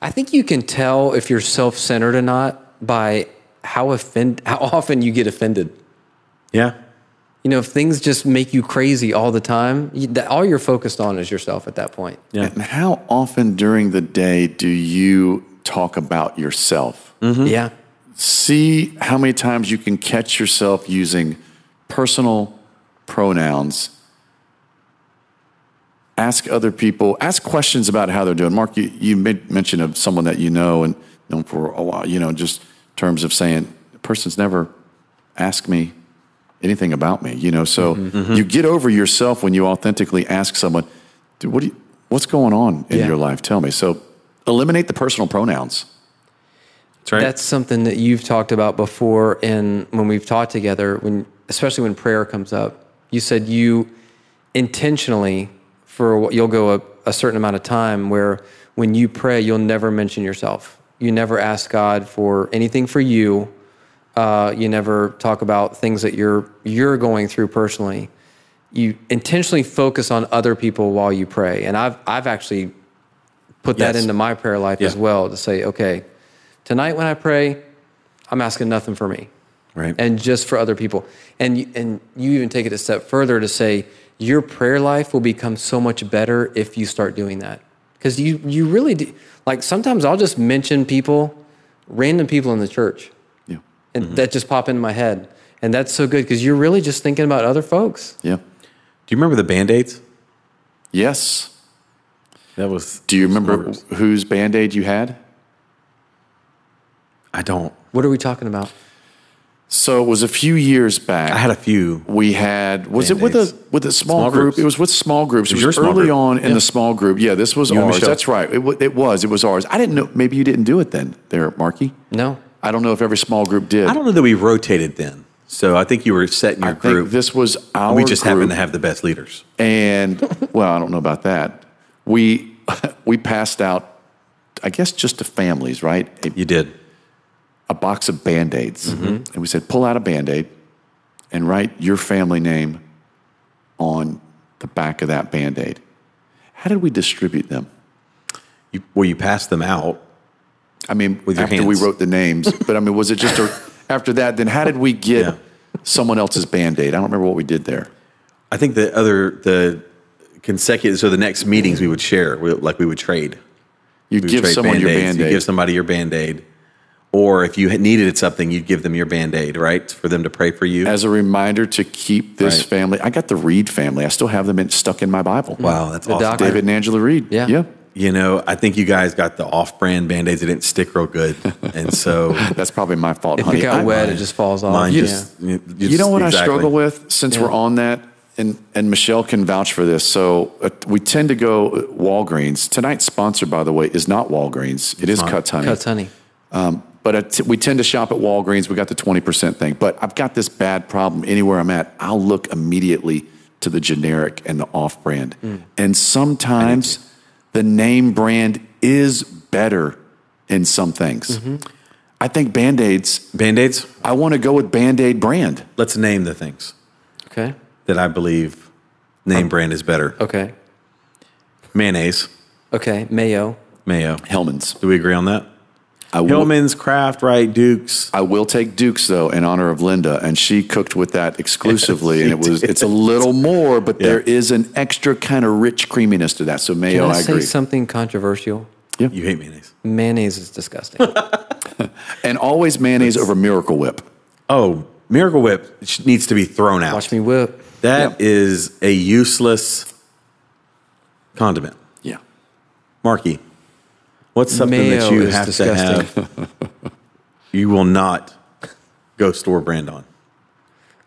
C: I think you can tell if you're self centered or not by how offend how often you get offended.
B: Yeah.
C: You know, if things just make you crazy all the time, you, that, all you're focused on is yourself at that point.
B: Yeah.
A: And how often during the day do you talk about yourself?
C: Yeah.
A: See how many times you can catch yourself using personal pronouns. Ask other people, ask questions about how they're doing. Mark, you, you made mention of someone that you know and known for a while, you know, just in terms of saying, the person's never asked me anything about me, you know. So you get over yourself when you authentically ask someone, dude, what do you, what's going on in
C: Yeah.
A: your life? Tell me. So eliminate the personal pronouns.
B: That's right.
C: That's something that you've talked about before in when we've taught together, when especially when prayer comes up. You said you intentionally for what you'll go a, a certain amount of time where when you pray you'll never mention yourself. You never ask God for anything for you. Uh, you never talk about things that you're you're going through personally. You intentionally focus on other people while you pray. And I've I've actually put that
B: Yes.
C: into my prayer life as
B: Yeah.
C: well to say, okay, tonight when I pray, I'm asking nothing for me
B: right.
C: and just for other people. And you, and you even take it a step further to say your prayer life will become so much better if you start doing that. Cuz you you really do, like sometimes I'll just mention people, random people in the church
A: Yeah.
C: and
A: Mm-hmm.
C: that just pop into my head. And that's so good cuz you're really just thinking about other folks.
A: Yeah.
B: Do you remember the band aids?
A: Yes.
B: That was.
A: Do you remember whose band aid you had?
B: I don't.
C: What are we talking about?
A: So it was a few years back.
B: I had a few.
A: we had was it with a
B: Band-Aids.
A: with a small,
B: Small
A: group?
B: groups.
A: It was with small groups. It was,
B: was your small
A: early
B: group.
A: on in the small group. Yeah, this was
B: You and
A: ours.
B: Michelle.
A: That's right. It, wa- it was. It was ours. I didn't know. Maybe you didn't do it then, there, Marky.
C: No.
A: I don't know if every small group did.
B: I don't know that we rotated then. So I think you were set in your
A: I think
B: group.
A: this was our.
B: we just
A: group.
B: happened to have the best leaders.
A: and well, I don't know about that. We (laughs) we passed out, I guess, just to families, right? A,
B: You did.
A: a box of band aids,
B: Mm-hmm.
A: and we said, pull out a band aid and write your family name on the back of that band aid. How did we distribute them?
B: You, well, you passed them out.
A: I mean,
B: With your
A: after we
B: hands.
A: wrote the
B: (laughs)
A: names, but I mean, was it just a, after that? Then how did we get
B: Yeah.
A: someone else's band aid? I don't remember what we did there.
B: I think the other the consecutive. So the next meetings we would share, we, like we would trade.
A: You
B: We would
A: give
B: trade
A: someone your
B: Band-Aids.
A: band
B: You
A: aid.
B: give somebody your band aid, or if you had needed something, you'd give them your band aid, right, for them to pray for you.
A: as a reminder to keep this
B: Right.
A: family. I got the Reed family. I still have them in, stuck in my Bible.
B: wow, that's
C: The
B: awesome.
C: doctor.
A: David and Angela Reed.
C: Yeah.
A: Yeah.
B: You know, I think you guys got the off-brand band aids. It didn't stick
A: (laughs)
B: real good, and so
A: That's probably my fault,
C: If
A: honey.
C: it got
A: I-
C: wet, it just falls off.
B: mine
C: yeah.
B: just. You,
A: you know what I
B: exactly.
A: struggle with since we're on that, and and Michelle can vouch for this. So uh, we tend to go uh, Walgreens. Tonight's sponsor, by the way, is not Walgreens. It is
B: not.
A: Cuts Honey.
C: Cuts honey.
A: But I t- we tend to shop at Walgreens. We got the 20% thing. But I've got this bad problem anywhere I'm at. I'll look immediately to the generic and the off brand.
B: Mm.
A: And sometimes the name brand is better in some things.
B: Mm-hmm.
A: I think Band Aids,
B: band aids.
A: I want to go with Band Aid brand.
B: Let's name the things
C: Okay.
B: that I believe
A: Um,
B: name brand is better.
C: Okay.
B: Mayonnaise,
C: Okay. Mayo.
B: mayo.
A: Hellman's.
B: Do we agree on that?
A: I will,
B: Hillman's, Kraft, right? Dukes.
A: I will take Duke's though in honor of Linda, and she cooked with that exclusively,
B: Yes,
A: and it
B: (laughs) she
A: was
B: did.
A: it's a little more, but there is an extra kind of rich creaminess to that. So
C: Can
A: mayo, I
C: I, say
A: agree.
C: something controversial?
B: You hate mayonnaise.
C: Mayonnaise is
A: (laughs)
C: disgusting.
A: And always mayonnaise over Miracle Whip.
B: Oh, Miracle Whip sh- needs to be thrown out.
C: Watch me whip.
B: That is a useless condiment.
A: Yeah.
B: Marky, what's something
C: Mayo
B: that you
C: is
B: have to
C: disgusting.
B: have? you will not go store brand on.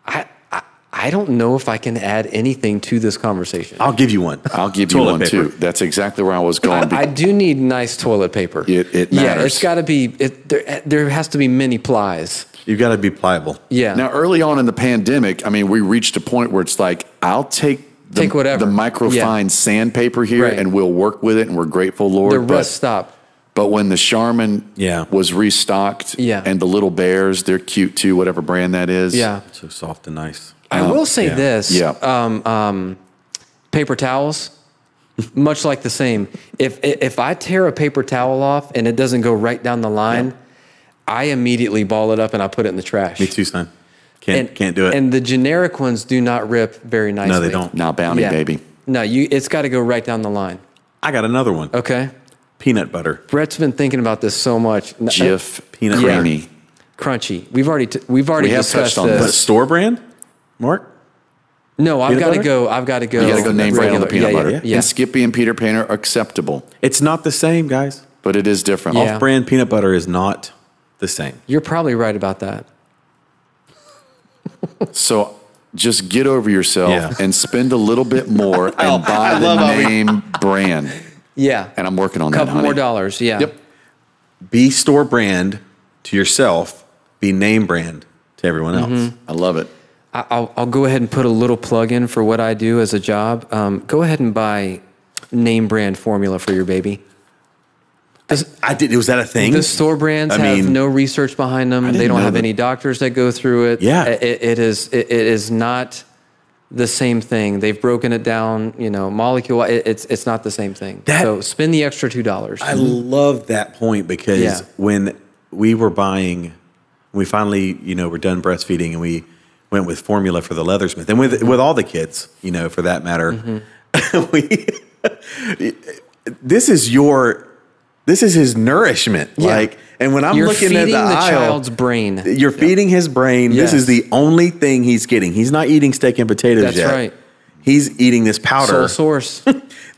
C: I, I I don't know if I can add anything to this conversation.
B: I'll give you one.
A: I'll give you
B: Toilet
A: one
B: paper.
A: too. That's exactly where I was going.
C: (laughs) I do need nice toilet paper.
A: It- it
C: Yeah,
A: matters.
C: it's got to be. It, there, there has to be many plies.
B: You've got to be pliable.
C: Yeah.
A: Now, early on in the pandemic, I mean, we reached a point where it's like, I'll take the,
C: Take whatever.
A: the microfine
C: Yeah.
A: sandpaper here
C: Right.
A: and we'll work with it and we're grateful, Lord.
C: the
A: but-
C: rest stop.
A: But when the Charmin
B: Yeah.
A: was restocked
C: Yeah.
A: and the little bears, they're cute too, whatever brand that is.
C: Yeah.
B: So soft and nice.
C: I will say
B: yeah.
C: this.
A: Yeah.
C: Um, um, paper towels, much like the same. If if I tear a paper towel off and it doesn't go right down the line, I immediately ball it up and I put it in the trash.
B: Me too, son. Can't can't do it.
C: And the generic ones do not rip very nicely.
B: don't.
A: Now, Bounty
C: Yeah. Uh,
A: Baby.
C: No, you. It's got to go right down the line.
B: I got another one.
C: Okay.
B: Peanut butter.
C: Brett's been thinking about this so much. N-
A: Jif,
B: Peanut butter.
A: Creamy.
C: Crunchy. We've already t- we've already
A: We have
C: discussed
A: touched on
C: this.
B: But store brand? Mark?
C: No, I've
B: Peanut
C: got to
B: butter?
C: go. I've got to go.
A: You gotta go name brand on the
C: regular.
A: peanut
C: Yeah,
A: butter.
C: Yeah, yeah.
A: And Skippy and Peter Pan are acceptable,
B: It's not the same, guys.
A: but it is different.
C: Yeah.
A: Off-
B: Brand peanut butter is not the same.
C: You're probably right about that.
A: So just get over yourself
B: Yeah.
A: and spend a little
B: (laughs)
A: bit more and buy the name brand.
C: Yeah.
A: And I'm working on
C: couple
A: that, honey.
C: more dollars. Yeah.
A: Yep.
B: Be store brand to yourself, be name brand to everyone else.
C: Mm-hmm.
A: I love it.
C: I, I'll, I'll go ahead and put a little plug in for what I do as a job. Um, go ahead and buy name brand formula for your baby.
B: I did was that a thing?
C: The store brands
B: I
C: have
B: mean-
C: no research behind them. They
A: didn't
C: don't
A: know
C: have
A: that.
C: any doctors that go through it.
B: Yeah.
C: It- it- it is. It, it is not the same thing. They've broken it down. You know, molecule. It, it's it's not the same thing.
B: That-
C: so spend the extra two dollars.
B: I love that point because
C: Mm-hmm. Yeah.
B: when we were buying, we finally, you know, were done breastfeeding and we went with formula for the Leathersmith and with with all the kids, you know, for that matter.
C: Mm-hmm.
B: (laughs) we, this is your, this is his nourishment.
C: Yeah.
B: Like, and when I'm
C: You're
B: looking
C: feeding
B: at the,
C: the
B: aisle,
C: child's brain.
B: You're feeding his brain.
C: Yes.
B: This is the only thing he's getting. He's not eating steak and potatoes
C: That's
B: yet.
C: right.
B: He's eating this powder. (laughs)
C: Sole source.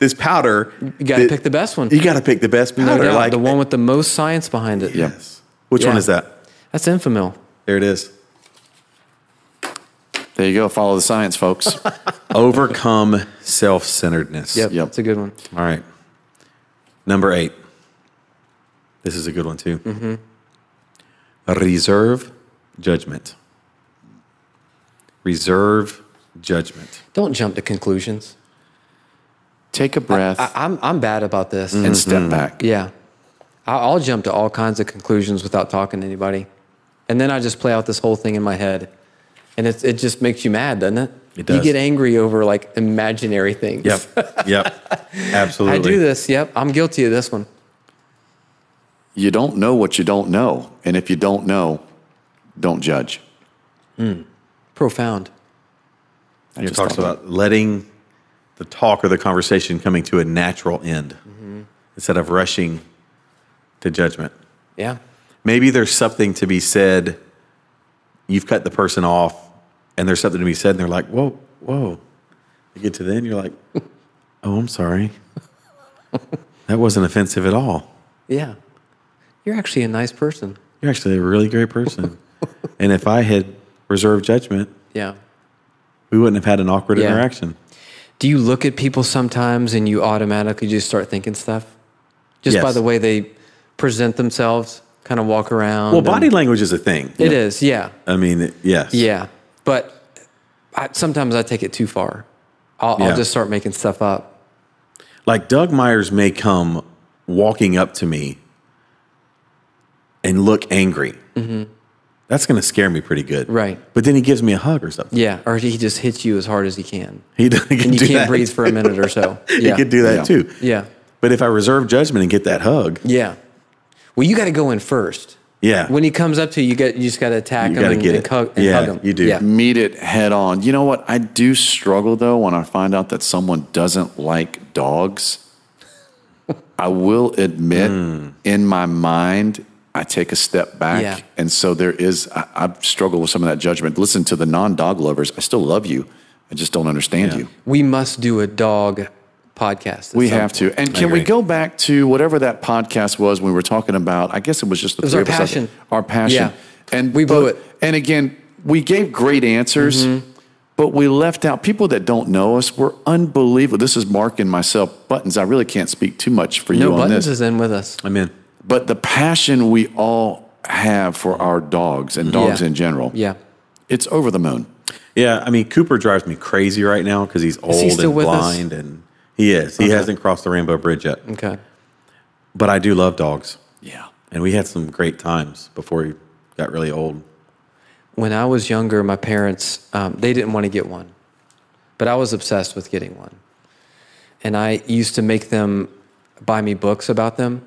B: this powder.
C: You got to pick the best one.
B: You got to pick the best
C: No
B: powder.
C: doubt,
B: like eh.
C: the one with the most science behind it.
A: Yeah.
B: Which one
C: Yeah.
B: is that?
C: That's Infamil.
B: There it is.
A: There you go. Follow the science,
C: (laughs)
A: folks.
B: Overcome self centeredness.
C: Yep,
A: Yep.
C: That's a good one.
B: All right. Number eight. This is a good one, too.
C: Mm-hmm.
B: Reserve judgment. Reserve judgment.
C: Don't jump to conclusions.
A: Take a breath
C: I, I'm, I'm bad about this.
B: Mm-hmm.
A: and
B: Hmm.
A: step back.
C: Yeah. I, I'll jump to all kinds of conclusions without talking to anybody. And then I just play out this whole thing in my head. And it's, it just makes you mad, doesn't it?
B: It does.
C: You get angry over like imaginary things.
B: Yep. (laughs) Yep. Absolutely.
C: I do this. Yep. I'm guilty of this one.
A: You don't know what you don't know. And if you don't know, don't judge.
C: Profound.
A: I
B: It
A: just
B: talks
A: thought
B: about letting the talk or the conversation coming to a natural end
C: Mm-hmm.
B: instead of rushing to judgment.
C: Yeah.
B: maybe there's something to be said. You've cut the person off, and there's something to be said, and they're like, "Whoa, whoa!" You get to the end, you're (laughs) like, "Oh, I'm sorry. That wasn't offensive at all.
C: Yeah. You're actually a nice person.
B: You're actually a really great (laughs) person." and if I had reserved judgment,
C: Yeah.
B: we wouldn't have had an awkward
C: Yeah.
B: interaction.
C: Do you look at people sometimes and you automatically just start thinking stuff? Just by
B: Yes.
C: the way they present themselves, kind of walk around.
B: Well, body language is a thing.
C: It is, yeah.
B: I mean, it- yes.
C: Yeah. But I, sometimes I take it too far. I'll,
B: Yeah.
C: I'll just start making stuff up.
B: Like Doug Myers may come walking up to me and look angry. That's going to scare me pretty good.
C: Mm-hmm. Right.
B: But then he gives me a hug or something.
C: Yeah. Or he just hits you as hard as he can.
B: He, d- he can
C: And you
B: do
C: can't
B: that.
C: breathe for a
B: (laughs)
C: minute or so.
B: He
C: Yeah.
B: could do that
A: Yeah.
B: too.
C: Yeah.
B: But if I reserve judgment and get that hug,
C: Yeah. Well, you got to go in first.
B: yeah.
C: When he comes up to you, you, got, you just got to attack
B: You
C: him
B: gotta
C: and,
B: get
C: and,
B: it.
C: hug, and
B: Yeah,
C: hug him.
B: you do.
C: Yeah.
A: meet it head on. You know what? I do struggle though when I find out that someone doesn't like dogs. I will admit, in my mind, I take a step back.
C: Hmm. Yeah.
A: And so there is, I, I struggle with some of that judgment. Listen to the non dog lovers. I still love you. I just don't understand you.
C: We must do a dog podcast. at
A: We
C: some
A: have to. And can we
B: agree.
A: go back to whatever that podcast was we were talking about? I guess it was just the
C: was
A: three
C: our
A: of us.
C: passion.
A: Our passion.
C: Yeah.
A: And
C: We blew
A: both-
C: it. Mm-hmm.
A: And again, we gave great answers, but we left out people that don't know us. We're unbelievable. This is Mark and myself. Buttons, I really can't speak too much for
C: No
A: you on this.
C: buttons is in with us.
B: I'm in.
A: But the passion we all have for our dogs and dogs
C: Yeah.
A: in general.
C: Yeah.
A: It's over the moon.
B: Yeah, I mean Cooper drives me crazy right now because he's old
C: he still
B: and
C: with us?
B: blind, and he is. He hasn't crossed the Rainbow Bridge yet.
C: Okay.
B: But I do love dogs,
A: Yeah.
B: and we had some great times before he got really old.
C: When I was younger, my parents um, they didn't want to get one, but I was obsessed with getting one, and I used to make them buy me books about them,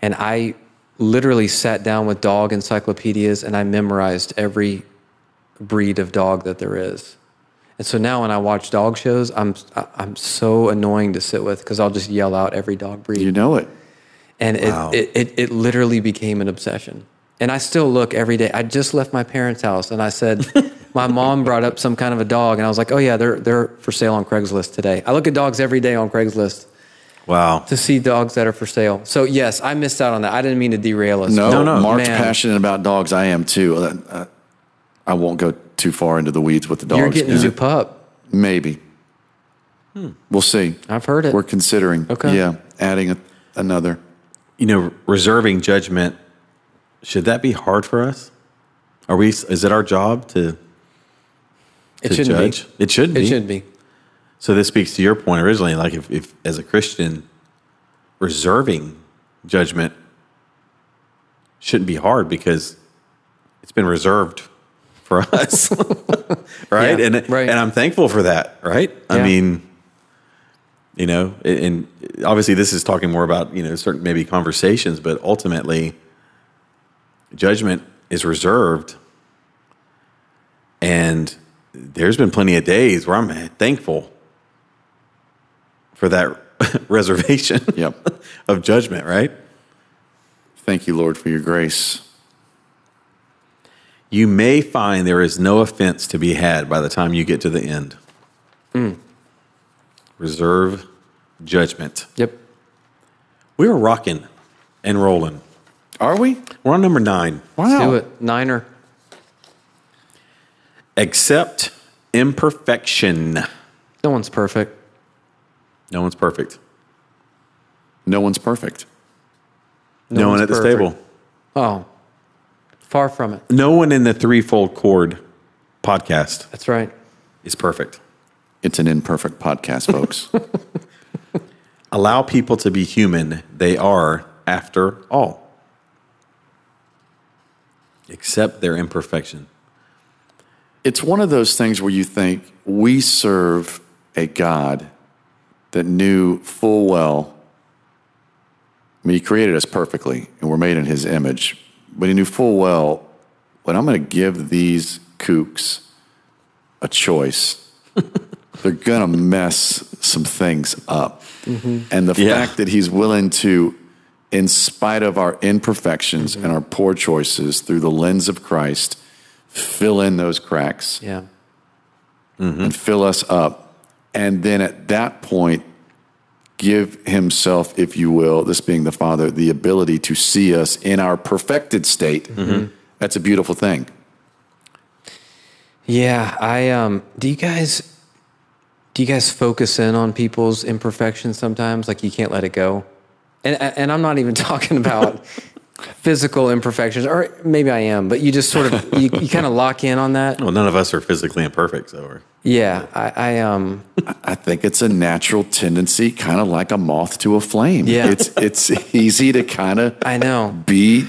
C: and I literally sat down with dog encyclopedias and I memorized every breed of dog that there is. And so now when I watch dog shows, I'm I- I'm so annoying to sit with because I'll just yell out every dog breed.
A: You know it.
C: and it,
B: Wow.
C: it, it, it literally became an obsession and i still look every day i just left my parents house and i said my mom brought up some kind of a dog and i was like oh yeah they're, they're for sale on craigslist today i look at dogs every day on craigslist
B: Wow.
C: to see dogs that are for sale so yes i missed out on that i didn't mean to derail us
A: No,
B: No, no.
A: Mark's
C: Man.
A: passionate about dogs. I am too. Uh, uh, I won't go too far into the weeds with the dogs.
C: you're getting
A: Yeah.
C: into pup
A: Maybe. We'll see.
C: i've heard it
A: We're considering.
C: Okay.
A: Yeah, adding a, another.
B: You know, reserving judgment should that be hard for us? Are we? Is it our job to,
C: it
B: to
C: shouldn't
B: judge? It should.
C: be
B: be.
C: it shouldn't be
B: So this speaks to your point originally, like if, if as a Christian, reserving judgment shouldn't be hard because it's been reserved for (laughs)
C: (laughs)
B: us, right?
C: Yeah,
B: and
C: right.
B: and I'm thankful for that, right? I
C: Yeah.
B: mean, you know, and and obviously this is talking more about you know certain maybe conversations, but ultimately, judgment is reserved and there's been plenty of days where I'm thankful for that (laughs) reservation
A: Yep.
B: (laughs) of judgment, right?
A: Thank you, Lord, for your grace.
B: You may find there is no offense to be had by the time you get to the end.
C: Mm.
B: Reserve judgment.
C: yep
B: We were rocking and rolling.
A: Are we?
B: We're on number nine.
C: let's do it niner
B: Accept imperfection.
C: no one's perfect
B: No one's perfect.
A: No one's perfect.
B: No, one
C: one's
B: at this
C: perfect.
B: table.
C: oh far from it
B: No one in the threefold cord podcast
C: that's right
B: is perfect.
A: It's an imperfect podcast,
C: (laughs)
A: folks.
B: allow people to be human they are after all accept their imperfection
A: it's one of those things where you think we serve a God that knew full well. I mean, he created us perfectly and we're made in his image, but he knew full well when I'm going to give these kooks a choice, they're going to mess some things up. And the
B: Yeah.
A: fact that he's willing to, in spite of our imperfections and our poor choices through the lens of Christ, fill in those cracks
C: yeah
A: and fill us up. And then at that point, give himself, if you will, this being the Father, the ability to see us in our perfected state.
C: Mm-hmm.
A: That's a beautiful thing.
C: Yeah, I um do you guys do you guys focus in on people's imperfections sometimes like you can't let it go? And and I'm not even (laughs) talking about physical imperfections or maybe I am, but you just sort of you, you kind of lock in on that.
B: well none of us are physically imperfect so we're,
C: Yeah, I, I um
A: I think it's a natural tendency, kind of like a moth to a flame.
C: Yeah.
A: It's, it's (laughs) easy to kind of
C: I know.
A: be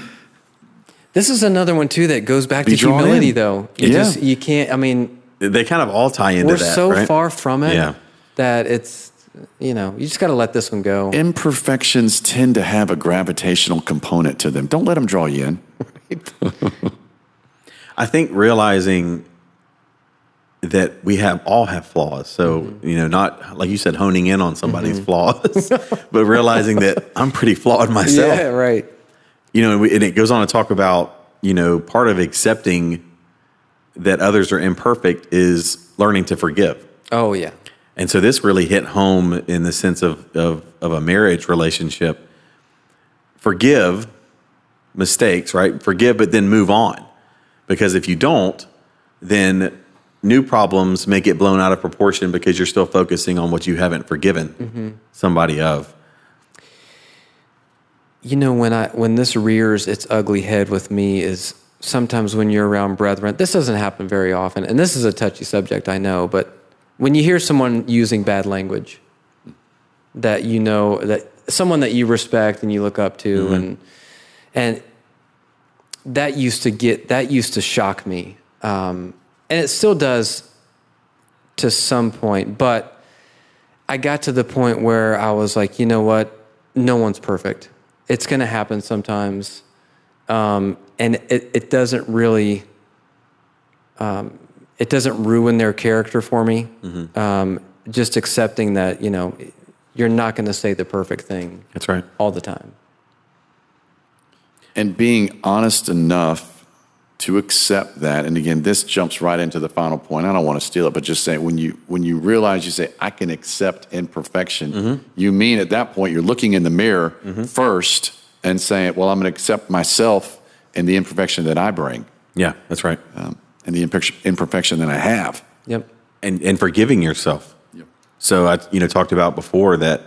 C: This is another one too that goes back
A: Be
C: to
A: drawn
C: humility
A: in.
C: though. You
A: Yeah.
C: just you can't I mean,
B: they kind of all tie into
C: we're
B: that
C: so
B: right?
C: far from it
B: Yeah.
C: that it's you know, you just got to let this one go.
A: imperfections tend to have a gravitational component to them. Don't let them draw you in.
B: i think realizing that we have all have flaws so
C: Mm-hmm.
B: you know not like you said honing in on somebody's
C: (laughs)
B: flaws but realizing that i'm pretty flawed myself
C: Yeah, right.
B: you know, and, we, and it goes on to talk about, you know, part of accepting that others are imperfect is learning to forgive.
C: Oh yeah.
B: And so this really hit home in the sense of, of, of a marriage relationship. Forgive mistakes, right? Forgive, but then move on. Because if you don't, then new problems may get blown out of proportion because you're still Mm-hmm. focusing on what you haven't forgiven somebody of.
C: you know when I when this rears its ugly head with me is sometimes when you're around brethren. This doesn't happen very often, and this is a touchy subject, I know. But when you hear someone using bad language, that you know that someone that you respect and you look up to, and and that used to get that used to shock me, um, and it still does to some point, but. I got to the point where I was like, you know what? No one's perfect. It's going to happen sometimes. Um, and it, it doesn't really, um, it doesn't ruin their character for me. Um, just accepting that, you know, you're not going to say the perfect thing
B: That's right.
C: all the time.
A: and being honest enough to accept that and again this jumps right into the final point i don't want to steal it but just saying when you when you realize you say i can accept imperfection
B: Mm-hmm.
A: you mean at that point you're looking in the mirror first and saying well i'm going to accept myself and the imperfection that i bring
B: Yeah, that's right.
A: um, and the imperfection- imperfection that i have
C: Yep.
B: and and forgiving yourself. So I you know talked about before that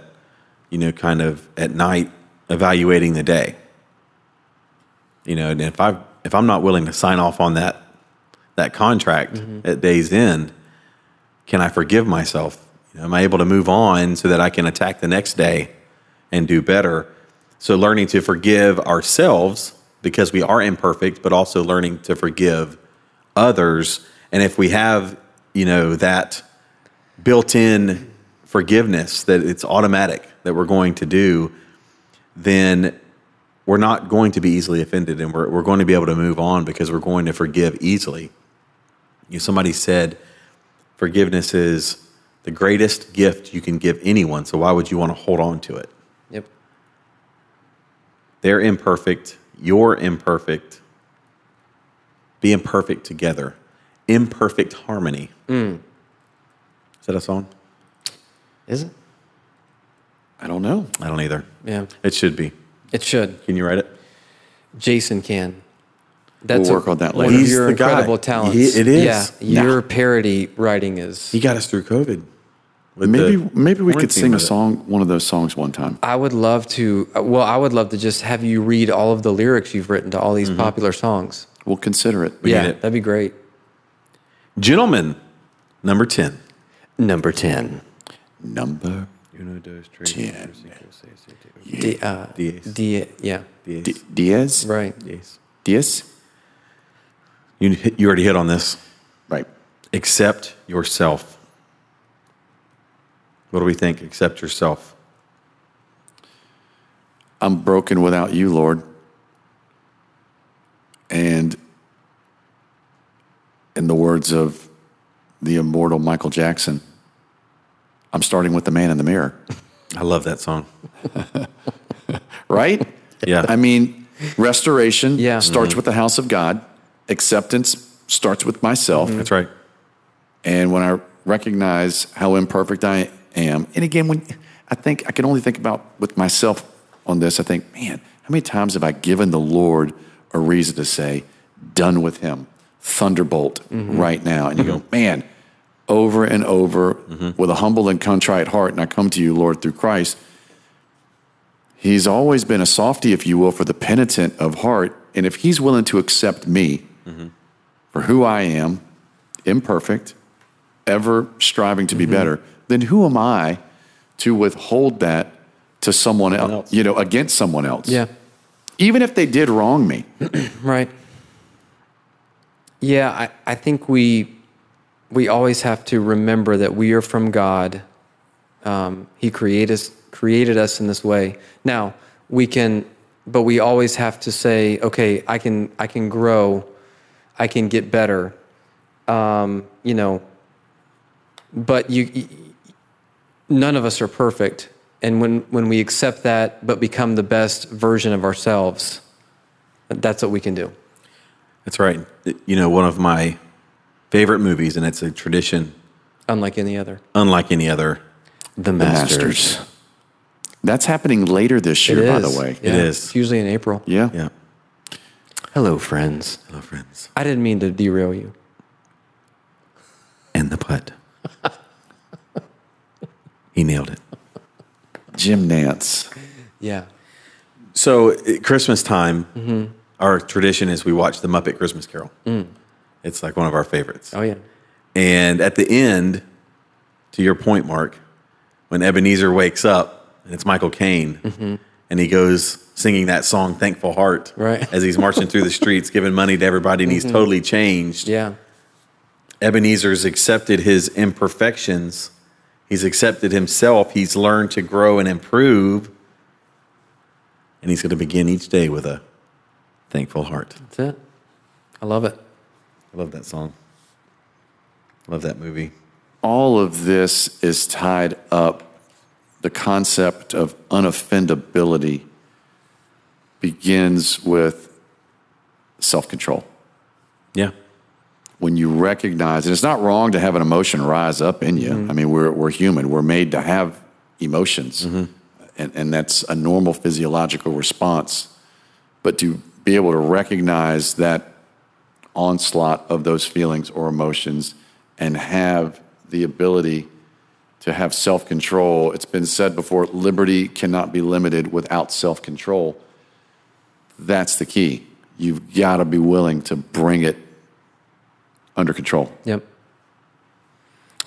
B: you know kind of at night evaluating the day. You know, and if I if I'm not willing to sign off on that that contract at day's end, can I forgive myself? You know, am I able to move on so that I can attack the next day and do better? So learning to forgive ourselves because we are imperfect, but also learning to forgive others. And if we have, you know, that built-in forgiveness that it's automatic that we're going to do, then we're not going to be easily offended and we're, we're going to be able to move on because we're going to forgive easily. You know, somebody said forgiveness is the greatest gift you can give anyone. So why would you want to hold on to it?
C: Yep.
B: They're imperfect. You're imperfect. Be imperfect together. Imperfect harmony. Is that a song?
C: Is it?
A: i don't know
B: I don't either.
C: Yeah.
B: It should be.
C: It should.
B: Can you write it?
C: Jason can. That's
A: We'll work on that
C: One
A: later.
C: of
B: He's
C: your
B: the guy.
C: incredible talents.
B: He- it is.
C: Yeah.
B: Nah.
C: Your parody writing is.
B: He got us through COVID. With
A: maybe
B: the
A: maybe we
B: horn
A: could
B: theme
A: sing a
B: with it.
A: song one of those songs one time
C: I would love to. Well, I would love to just have you read all of the lyrics you've written to all these popular songs.
A: we'll consider it
C: yeah,
B: need it.
C: that'd be great.
B: Gentlemen, number 10.
C: Number ten,
A: number
B: Uno, dos, tres,
A: 10
C: D, uh,
B: Diez.
C: D, yeah,
A: D- diaz
C: right.
A: diaz
B: You, hit- you already hit on this.
A: right
B: Accept yourself. What do we think? Accept yourself.
A: I'm broken without you, Lord. And in the words of the immortal Michael Jackson, I'm starting with the man in the
C: (laughs)
A: mirror,
B: I love that song.
A: right?
B: Yeah.
A: I mean, restoration
C: Yeah. Mm-hmm.
A: starts with the house of God, acceptance starts with myself.
B: That's right.
A: And when I recognize how imperfect I am, and again, when I think I can only think about with myself on this, I think, man, how many times have I given the Lord a reason to say, done with him, thunderbolt right now? And you go, man, over and over with a humble and contrite heart, and I come to you, Lord, through Christ. He's always been a softy, if you will, for the penitent of heart. And if he's willing to accept me for who I am, imperfect, ever striving to be better, then who am I to withhold that to someone else,
B: else.
A: you know, against someone else?
C: Yeah,
A: Even if they did wrong me.
C: right. Yeah, I, I think we we always have to remember that we are from God. Um, he created us, created us in this way. Now we can, but we always have to say, okay, I can, I can grow, I can get better. Um, you know, but you, y- y- none of us are perfect, and when when we accept that, but become the best version of ourselves, that's what we can do.
B: That's right. You know, one of my favorite movies, and it's a tradition
C: Unlike any other,
B: unlike any other.
C: the
A: Masters. That's happening later this year, by the way.
B: It is.
C: It's usually in April.
A: Yeah.
B: Yeah.
C: Hello, friends.
B: Hello, friends.
C: I didn't mean to derail you.
B: And the putt. (laughs) he nailed it.
A: Jim Nance.
C: Yeah.
B: So at Christmas time, our tradition is we watch the Muppet Christmas Carol. It's like one of our favorites.
C: Oh yeah.
B: And at the end, to your point, Mark, when Ebenezer wakes up and it's Michael Caine and he goes singing that song, Thankful Heart,
C: Right.
B: as he's marching through the streets, giving money to everybody, and he's totally changed.
C: Yeah.
B: Ebenezer's accepted his imperfections. He's accepted himself. He's learned to grow and improve. And he's going to begin each day with a thankful heart.
C: That's it. I love it.
B: I love that song. Love that movie.
A: all of this is tied up the concept of unoffendability begins with self-control
B: Yeah.
A: when you recognize and it's not wrong to have an emotion rise up in you i mean we're, we're human we're made to have emotions and, and that's a normal physiological response but to be able to recognize that onslaught of those feelings or emotions and have the ability to have self control. It's been said before liberty cannot be limited without self control. That's the key. You've got to be willing to bring it under control.
C: Yep.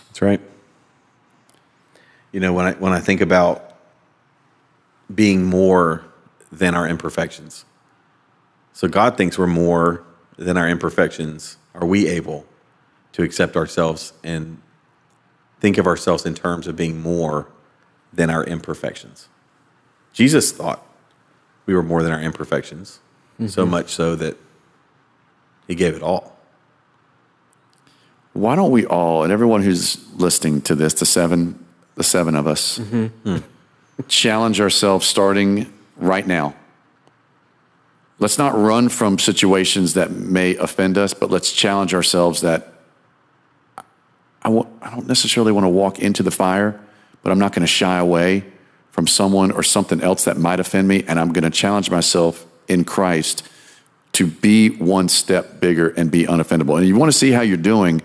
B: That's right. You know, when I when I think about being more than our imperfections. So God thinks we're more than our imperfections. Are we able to accept ourselves and think of ourselves in terms of being more than our imperfections? Jesus thought we were more than our imperfections, so much so that he gave it all.
A: Why don't we all and everyone who's listening to this, the seven, the seven of us, challenge ourselves starting right now. Let's not run from situations that may offend us, but let's challenge ourselves that I, wa- I don't necessarily want to walk into the fire, but I'm not going to shy away from someone or something else that might offend me. And I'm going to challenge myself in Christ to be one step bigger and be unoffendable. And you want to see how you're doing,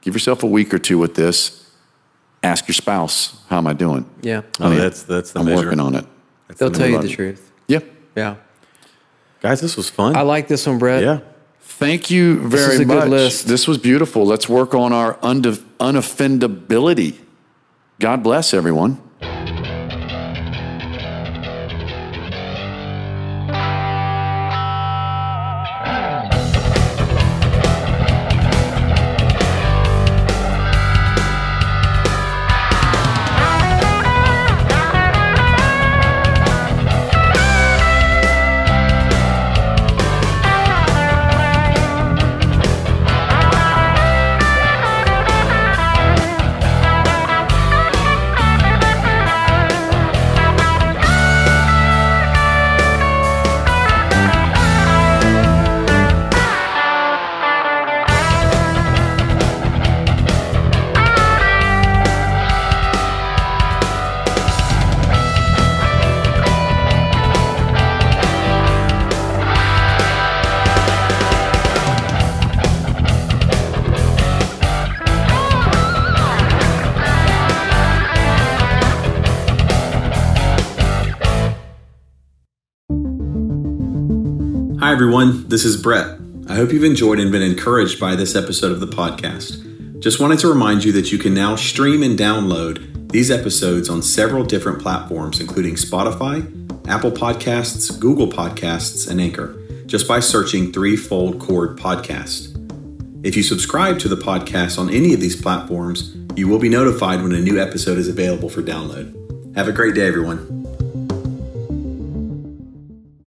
A: give yourself a week or two with this. Ask your spouse, how am I doing?
C: Yeah.
B: Oh,
A: mean,
B: that's that's the
A: I'm
B: measure.
A: working on it.
B: That's
C: They'll tell you
B: measure.
C: the truth.
A: Yeah.
C: Yeah.
B: Guys, this was fun.
C: I like this one, Brett.
B: Yeah.
A: Thank you very
C: is a good
A: much.
C: list.
A: This was beautiful. Let's work on our unde- unoffendability. God bless everyone.
B: Hi, everyone. This is Brett. I hope you've enjoyed and been encouraged by this episode of the podcast. Just wanted to remind you that you can now stream and download these episodes on several different platforms, including Spotify, Apple Podcasts, Google Podcasts, and Anchor, just by searching Threefold Chord Podcast. If you subscribe to the podcast on any of these platforms, you will be notified when a new episode is available for download. Have a great day, everyone.